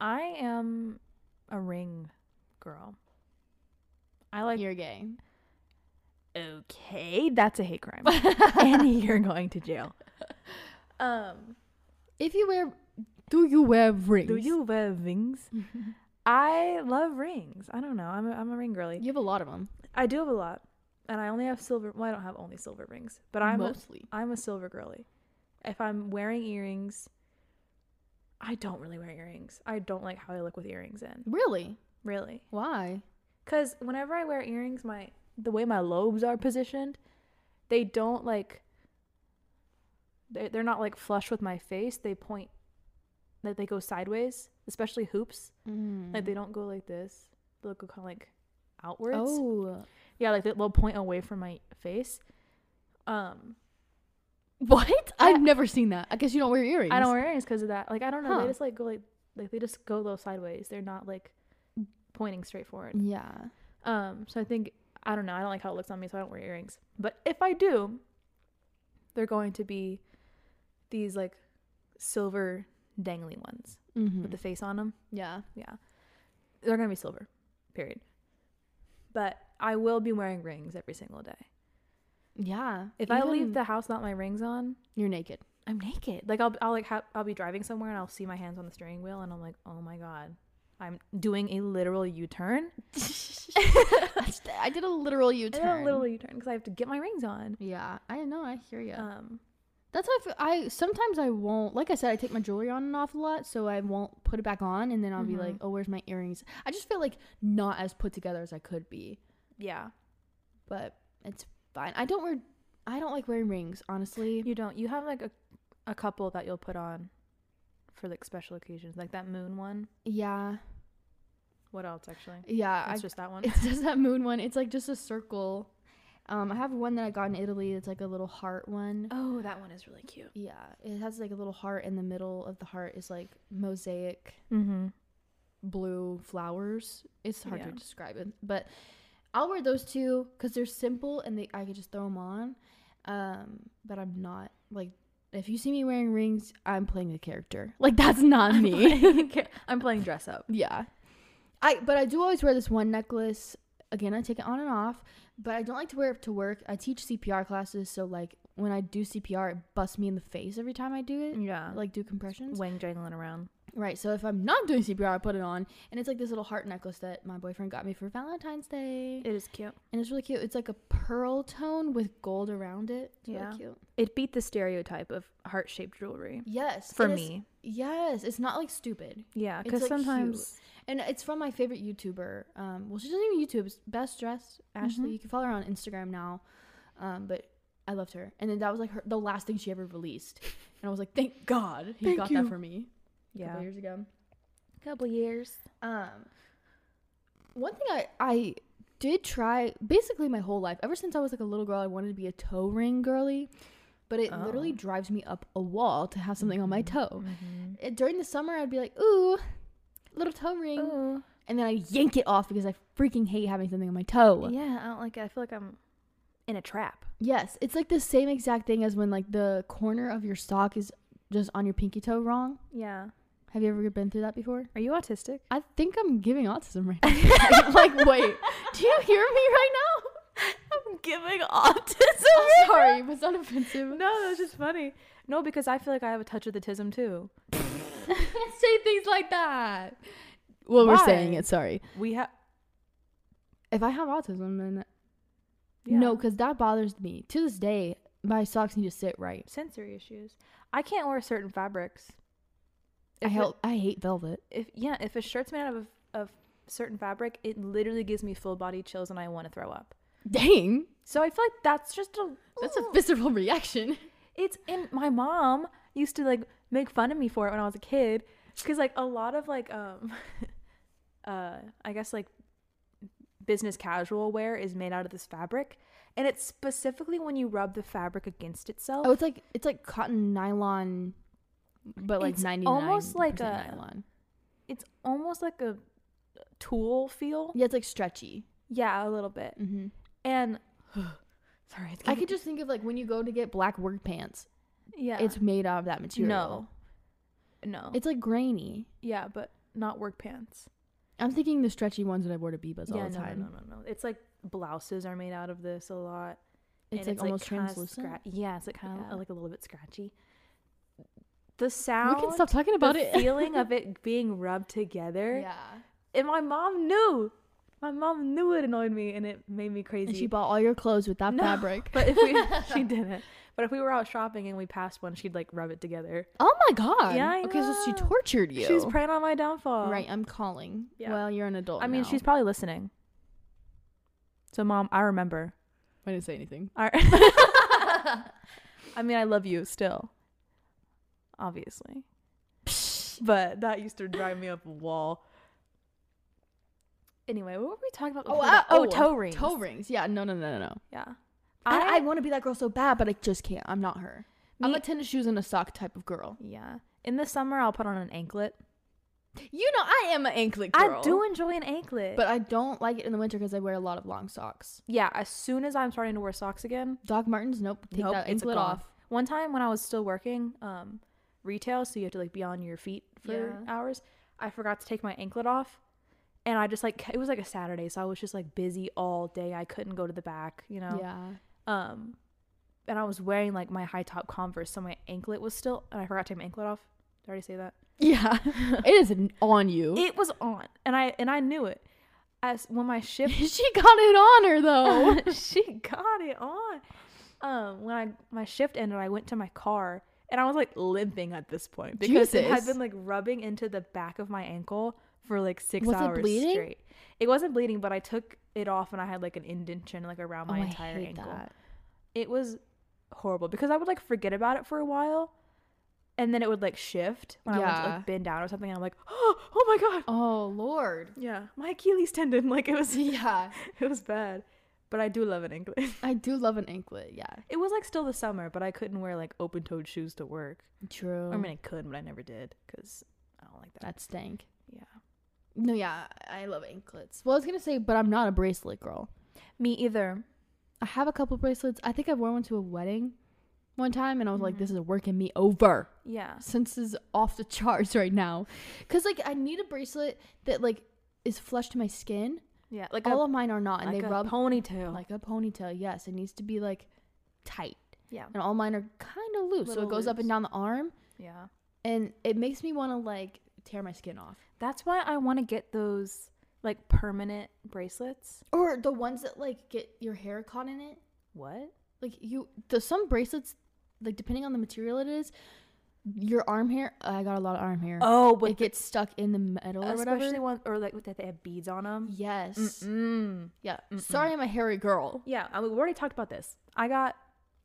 A: I am a ring girl. I like
B: You're gay.
A: okay, that's a hate crime. and you're going to jail. Um
B: If you wear, do you wear rings?
A: do you wear rings? I love rings. I don't know. I'm a, I'm a ring girly.
B: You have a lot of them.
A: I do have a lot. And I only have silver well, I don't have only silver rings, but I'm a,
B: mostly.
A: I'm a silver girly. If I'm wearing earrings, I don't really wear earrings. I don't like how I look with earrings in.
B: Really?
A: Really.
B: Why?
A: Cause whenever I wear earrings, my the way my lobes are positioned, they don't like. They're they're not like flush with my face. They point, like they go sideways. Especially hoops, Mm.
B: Mm.
A: like
B: Mm-hmm.
A: they don't go like this. They'll go kind of like outwards.
B: Oh.
A: Yeah, like they'll point away from my face. Um,
B: What? I've never seen that. I guess you don't wear earrings.
A: I don't wear earrings because of that. Like I don't know.
B: Huh.
A: They just like go like like they just go a little sideways. They're not like pointing straight forward.
B: Yeah.
A: Um, so I think I don't know. I don't like how it looks on me, so I don't wear earrings. But if I do, they're going to be these like silver dangly ones
B: Mm-hmm.
A: with the face on them.
B: yeah.
A: Yeah, they're gonna be silver. Period. But I will be wearing rings every single day.
B: Yeah.
A: If I leave
B: Even-
A: the house without my rings on,
B: you're naked.
A: I'm naked. Like I'll I'll like ha- I'll be driving somewhere and I'll see my hands on the steering wheel and I'm like, oh my god, I'm doing a literal U-turn.
B: I just- I did a literal
A: I
B: U-turn.
A: did a literal U-turn because I have to get my rings on.
B: Yeah, I know. I hear you.
A: Um,
B: That's how I feel. I sometimes I won't. Like I said, I take my jewelry on and off a lot, so I won't put it back on, and then I'll
A: Mm-hmm.
B: be like, "Oh, where's my earrings?" I just feel like not as put together as I could be,
A: yeah.
B: but it's fine. I don't wear. I don't like wearing rings, honestly.
A: You don't. You have like a, a couple that you'll put on for like special occasions, like that moon one.
B: Yeah,
A: What else actually?
B: yeah. I,
A: It's just that one.
B: it's just that moon one. It's like just a circle. Um, I have one that I got in Italy. It's like a little heart one.
A: Oh, that one is really cute.
B: Yeah, it has like a little heart, and the middle of the heart is like mosaic
A: Mm-hmm.
B: blue flowers. It's hard to
A: Yeah.
B: describe it, but I'll wear those two because they're simple and they I could just throw them on. Um, but I'm not like if you see me wearing rings, I'm playing a character. Like that's not me.
A: I'm playing dress up.
B: yeah, I but I do always wear this one necklace again, I take it on and off, but I don't like to wear it to work. I teach CPR classes, so like when I do CPR, it busts me in the face every time I do it.
A: Yeah.
B: I,
A: Like
B: like do compressions.
A: wang jangling around.
B: Right. So if I'm not doing CPR, I put it on, and it's like this little heart necklace that my boyfriend got me for Valentine's Day,
A: It is cute.
B: and it's really cute. It's like a pearl tone with gold around it. It's
A: Yeah.
B: really cute.
A: It beat the stereotype of heart shaped jewelry
B: Yes.
A: for
B: and it's-
A: me.
B: Yes, it's not like stupid.
A: Yeah,
B: It's,
A: because
B: like, cute.
A: sometimes
B: And it's from my favorite YouTuber. Um, well, she doesn't even YouTube. It's Best Dressed Ashley.
A: Mhm.
B: You can follow her on Instagram now. Um, but I loved her. And then that was like her, the last thing she ever released. And I was like, thank God he
A: Thank
B: got
A: you.
B: that for me. A couple
A: yeah,
B: years ago.
A: couple years.
B: Um, one thing I I did try basically my whole life. Ever since I was like a little girl, I wanted to be a toe ring girly. But it literally
A: Oh.
B: drives me up a wall to have something on my
A: Mm-hmm.
B: toe. It, during the summer, I'd be like, ooh, little toe ring
A: Oh
B: and then I yank it off because I freaking hate having something on my toe.
A: yeah, I don't like it. I feel like I'm in a trap.
B: Yes, it's like the same exact thing as when like the corner of your sock is just on your pinky toe wrong.
A: Yeah.
B: Have you ever been through that before?
A: Are you autistic?
B: I think I'm giving autism right now. like, wait, do you hear me right now?
A: I'm giving autism.
B: I'm sorry, was that offensive?
A: No, that's just funny. No, because I feel like I have a touch of the tism too.
B: Can't say things like that. Well,
A: Why?
B: we're saying it. Sorry.
A: We have
B: If I have autism, then no, because that bothers me to this day. My socks need to sit right.
A: sensory issues. I can't wear certain fabrics. If
B: I,
A: it-
B: hel- I hate velvet.
A: if yeah, if a shirt's made out of of certain fabric, it literally gives me full body chills and I want to throw up.
B: Dang.
A: So I feel like that's just a
B: That's a visceral reaction.
A: It's in my mom used to like make fun of me for it when I was a kid because like a lot of like um uh I guess like business casual wear is made out of this fabric and it's specifically when you rub the fabric against itself.
B: Oh, it's like it's like cotton nylon, but like
A: It's
B: ninety nine.
A: almost like a-
B: nylon.
A: It's almost like a tool feel.
B: Yeah, it's like stretchy.
A: Yeah, a little bit.
B: Mm-hmm.
A: And sorry, it's
B: I could just think of like when you go to get black work pants,
A: yeah.
B: it's made out of that material.
A: No. No.
B: it's like grainy.
A: yeah, but not work pants.
B: I'm thinking the stretchy ones that I wore to Bebas
A: yeah,
B: all the
A: no,
B: time.
A: no, no, no. It's like blouses are made out of this a lot.
B: It's
A: and
B: like almost
A: kinda
B: translucent.
A: scra- yeah, it's like kind of
B: Yeah.
A: like a little bit scratchy. The sound,
B: we can stop talking
A: the
B: about it.
A: feeling of it being rubbed together,
B: yeah.
A: and my mom knew. My mom knew it annoyed me, and it made me crazy.
B: And she bought all your clothes with that
A: No,
B: fabric.
A: But if we, she didn't. But if we were out shopping and we passed one, she'd like rub it together.
B: oh my god.
A: Yeah, I
B: okay, so she
A: know.
B: tortured you.
A: She's preying on my downfall.
B: right. Oh, I'm calling.
A: Yeah.
B: Well, you're an adult.
A: I mean,
B: now.
A: she's probably listening. So, mom, I remember.
B: I didn't say anything.
A: I, I mean, I love you still, obviously. But that used to drive me up a wall. Anyway, what were we talking about?
B: Oh,
A: before
B: uh,
A: that?
B: oh,
A: toe rings.
B: Toe rings. Yeah. No. No. No. No. No.
A: Yeah.
B: I, I want to be that girl so bad, but I just can't. I'm not her. I'm
A: Me-
B: a tennis shoes and a sock type of girl.
A: yeah. In the summer, I'll put on an anklet.
B: You know, I am an anklet girl.
A: I do enjoy an anklet.
B: but I don't like it in the winter because I wear a lot of long socks.
A: yeah, as soon as I'm starting to wear socks again,
B: Doc Martens, nope. Take
A: Nope,
B: that
A: it's
B: anklet
A: gone.
B: off.
A: One time when I was still working um, retail, so you have to like be on your feet for
B: Yeah.
A: hours, I forgot to take my anklet off. And I just like, it was like a Saturday, so I was just like busy all day. I couldn't go to the back, you know?
B: Yeah.
A: Um, and I was wearing like my high top Converse, so my anklet was still, and I forgot to take my anklet off. Did I already say that?
B: Yeah. it is n- on you.
A: It was on, and I and I knew it. As when my shift
B: she got it on her though.
A: she got it on. Um, when I my shift ended, I went to my car and I was like limping at this point because it had
B: Jesus.
A: been like rubbing into the back of my ankle for like six
B: Was it
A: hours
B: bleeding?
A: straight. It wasn't bleeding, but I took it off and I had like an indentation like around
B: Oh,
A: my
B: I
A: entire
B: hate
A: ankle.
B: that.
A: It was horrible because I would like forget about it for a while. And then it would like shift when I went to
B: Yeah.
A: like bend down or something. And I'm like, oh, oh my God.
B: Oh Lord.
A: Yeah. My Achilles tendon. Like it was,
B: Yeah.
A: it was bad. But I do love an anklet.
B: I do love an anklet. Yeah.
A: It was like still the summer, but I couldn't wear like open toed shoes to work.
B: True.
A: I mean, I could, but I never did because I don't like that.
B: that stank.
A: yeah.
B: No, yeah, I love anklets. Well, I was gonna say, but I'm not a bracelet girl.
A: Me either.
B: I have a couple bracelets. I think I wore one to a wedding one time, and I was like,
A: Mm-hmm.
B: "This is working me over.
A: Yeah.
B: Since is off the charts right now." Because like I need a bracelet that like is flush to my skin,
A: Yeah, like
B: All
A: a,
B: of mine are not, and
A: Oh, like
B: they
A: a
B: rub
A: ponytail.
B: like a ponytail. Yes, it needs to be like tight,
A: yeah,
B: and all mine are kind of loose, so
A: Little
B: it goes up
A: loose.
B: and down the arm,
A: yeah.
B: and it makes me want to like tear my skin off.
A: That's why I want to get those like permanent bracelets.
B: Or the ones that like get your hair caught in it.
A: What?
B: Like you, the some bracelets, like depending on the material it is, your arm hair. I got a lot of arm hair.
A: Oh,
B: it gets stuck in the metal or
A: especially
B: whatever.
A: ones or like that they have beads on them.
B: Yes.
A: Mm.
B: Yeah. Sorry, I'm a hairy girl.
A: Yeah, I mean, we already talked about this. I got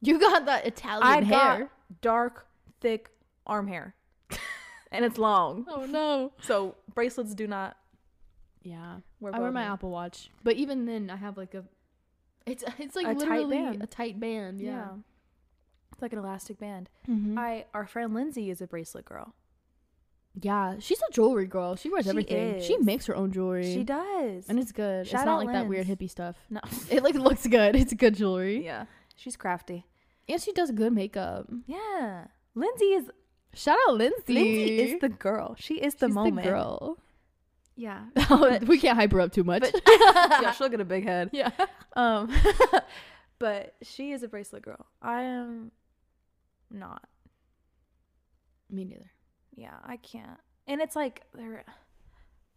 B: You got that Italian
A: I
B: hair.
A: got dark, thick arm hair, and it's long.
B: Oh no.
A: So bracelets do not
B: Yeah.
A: work.
B: I wear
A: well
B: my
A: with me.
B: Apple Watch, but even then, I have like a. It's it's like
A: A tight
B: literally
A: band.
B: a tight band.
A: Yeah. Mm-hmm.
B: Yeah.
A: It's like an elastic band.
B: Yeah.
A: I our friend Lindsay is a bracelet girl.
B: yeah. She's a jewelry girl. She wears
A: She
B: everything. She
A: is.
B: makes her own jewelry.
A: She does.
B: And it's good. it's
A: Shout
B: not
A: out
B: like that weird
A: Linz.
B: hippie stuff.
A: no.
B: It like looks good. It's good jewelry.
A: yeah. She's crafty.
B: And she does good makeup.
A: Mm. Yeah. Lindsay is
B: Shout out Lindsay.
A: Lindsay is the girl. She is the
B: She's
A: moment.
B: girl. Oh,
A: Yeah.
B: we can't hype her up too much.
A: but- yeah, she'll get a big head.
B: yeah.
A: Um but she is a bracelet girl. I am not.
B: Me neither.
A: Yeah, I can't. And it's like there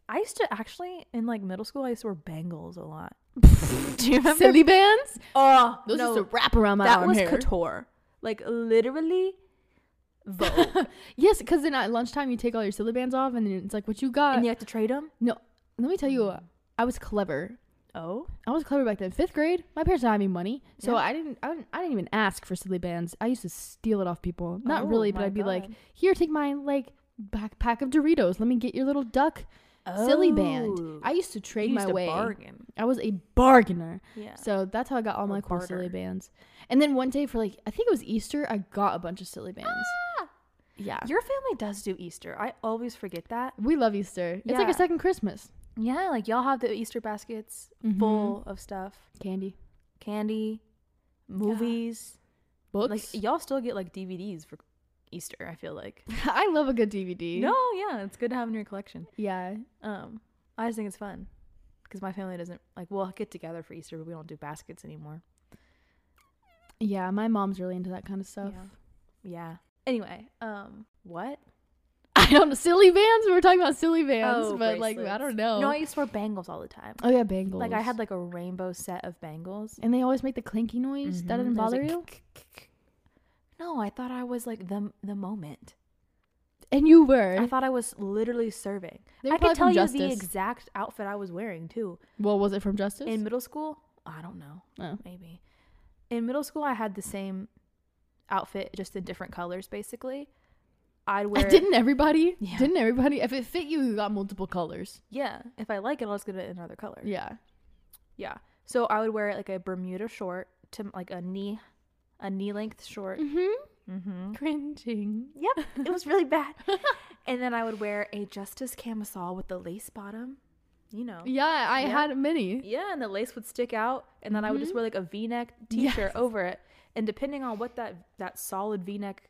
A: I used to actually in like middle school I used to wear bangles a lot. Do you remember?
B: Silly bands?
A: Oh,
B: Those
A: no,
B: used to wrap around my
A: that
B: arm
A: was
B: hair.
A: couture. Like literally Vogue.
B: yes, because then at lunchtime you take all your silly bands off, and then it's like, what you got?
A: and you have to trade them?
B: No, let me Uh, tell you, I was clever.
A: Oh.
B: I was clever back then. Fifth grade, my parents didn't have any money, so
A: Yeah.
B: I didn't, I didn't. I didn't even ask for silly bands. I used to steal it off people. Not
A: Oh,
B: really, but
A: my
B: I'd be like,
A: God.
B: "Here, take my like backpack of Doritos. Let me get your little duck silly band."
A: Oh.
B: I used to trade
A: You
B: my
A: used to
B: way.
A: bargain.
B: I was a bargainer,
A: Yeah.
B: so that's how I got all my cool silly
A: barter.
B: bands. And then one day for like, I think it was Easter, I got a bunch of silly bands.
A: Ah!
B: Yeah,
A: Your family does do Easter. I always forget that.
B: we love Easter. It's like
A: Yeah.
B: a second Christmas.
A: Yeah, like y'all have the Easter baskets full of stuff,
B: Candy,
A: Mm-hmm. candy, movies.
B: books.
A: Like y'all still get like DVDs for Easter. I feel like.
B: I love a good DVD.
A: No, yeah, it's good to have in your collection.
B: Yeah.
A: Um, I just think it's fun because my family doesn't like. We'll get together for Easter, but we don't do baskets anymore.
B: Yeah, my mom's really into that kind of stuff.
A: Yeah. Yeah. Anyway, um, what?
B: I don't know. Silly bands. We were talking about silly bands,
A: Oh,
B: but like I
A: bracelets.
B: don't know.
A: No, I used to wear bangles all the time.
B: oh yeah, bangles.
A: Like I had like a rainbow set of bangles.
B: and they always make the clinky noise. That
A: Mhm.
B: didn't
A: It was
B: bother
A: like,
B: you?
A: No, I thought I was like the the moment.
B: And you were.
A: I thought I was literally serving.
B: They were
A: I
B: probably
A: could tell
B: from
A: you the
B: Justice.
A: exact outfit I was wearing too.
B: well, was it from Justice?
A: In middle school, I don't know,
B: oh.
A: maybe. In middle school, I had the same outfit, just in different colors, basically. I'd wear it-
B: Didn't everybody?
A: Yeah.
B: Didn't everybody? If it fit you, you got multiple colors.
A: yeah. If I like it, I'll just get it in another color.
B: Yeah.
A: Yeah. So I would wear like a Bermuda short to like a knee, a knee length short.
B: Mm-hmm.
A: Mm-hmm.
B: Cringing.
A: Yep, it was really bad. and then I would wear a Justice camisole with the lace bottom, you know.
B: Yeah, I
A: Yeah.
B: had many.
A: Yeah, and the lace would stick out, and then I would just wear like a V-neck T-shirt
B: Yes.
A: over it. And depending on what that that solid V-neck,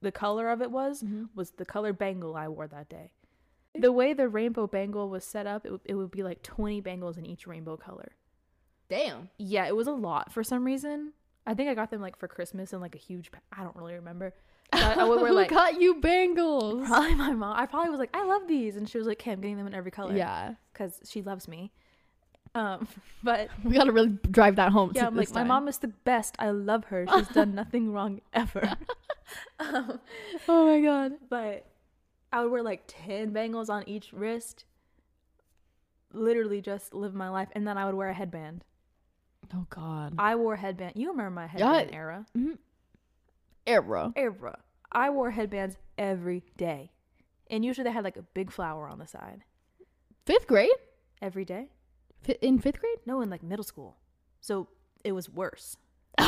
A: the color of it was, was the color bangle I wore that day. The way the rainbow bangle was set up, it, w- it would be like twenty bangles in each rainbow color.
B: Damn.
A: Yeah, it was a lot for some reason. I think I got them like for Christmas in like a huge. Pa- I don't really remember. But I, I would wear
B: Who
A: like
B: got you bangles?
A: Probably my mom. I probably was like, I love these, and she was like, Okay, I'm getting them in every color.
B: Yeah.
A: because she loves me. Um, but
B: We got to really drive that home.
A: yeah, I'm
B: this
A: like, my
B: time.
A: mom is the best. I love her. She's done nothing wrong ever. um,
B: Oh my god.
A: but I would wear like ten bangles on each wrist. Literally, just live my life, and then I would wear a headband.
B: Oh god. Mm-hmm.
A: I wore headband. You remember my headband era?
B: Era.
A: Era. I wore headbands every day, and usually they had like a big flower on the side.
B: Fifth grade?
A: Every day.
B: Fi in fifth grade?
A: No, in like middle school. So it was worse.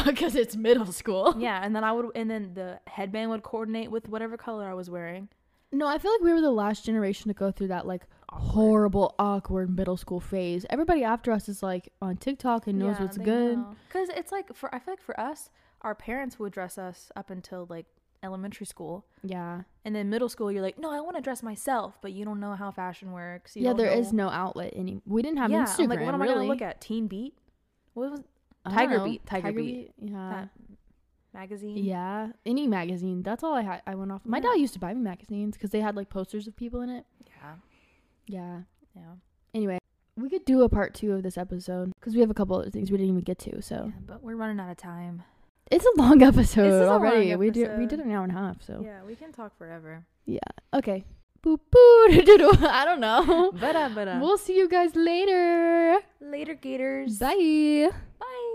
B: Because Oh, it's middle school.
A: Yeah, and then I would, and then the headband would coordinate with whatever color I was wearing.
B: No, I feel like we were the last generation to go through that like horrible, awkward middle school phase. Everybody after us is like on TikTok and knows what's good.
A: Because it's like for I feel like for us, our parents would dress us up until like elementary school.
B: Yeah.
A: And then middle school, you're like, no, I want to dress myself, but you don't know how fashion works. You
B: yeah,
A: don't
B: there
A: know-
B: is no outlet any. We didn't have
A: yeah,
B: Instagram.
A: I'm like, what am I
B: really.
A: gonna look at? Teen Beat? What was
B: I don't
A: Tiger
B: know.
A: Beat, Tiger Beat.
B: Yeah.
A: that magazine?
B: Uh, Yeah. Any magazine. That's all I had. I went off. My
A: Yeah.
B: dad used to buy me magazines because they had like posters of people in it.
A: yeah,
B: Yeah.
A: yeah.
B: Anyway, we could do a part two of this episode because we have a couple other things we didn't even get to. So
A: Yeah, but we're running out of time.
B: it's a long episode
A: a long
B: already. We do we
A: episode.
B: did an hour and a half. So
A: Yeah, we can talk forever.
B: okay. Boop boop. doo, doo, doo. I don't know.
A: But uh, but uh,
B: We'll see you guys later.
A: later, Gators.
B: Bye.
A: Bye.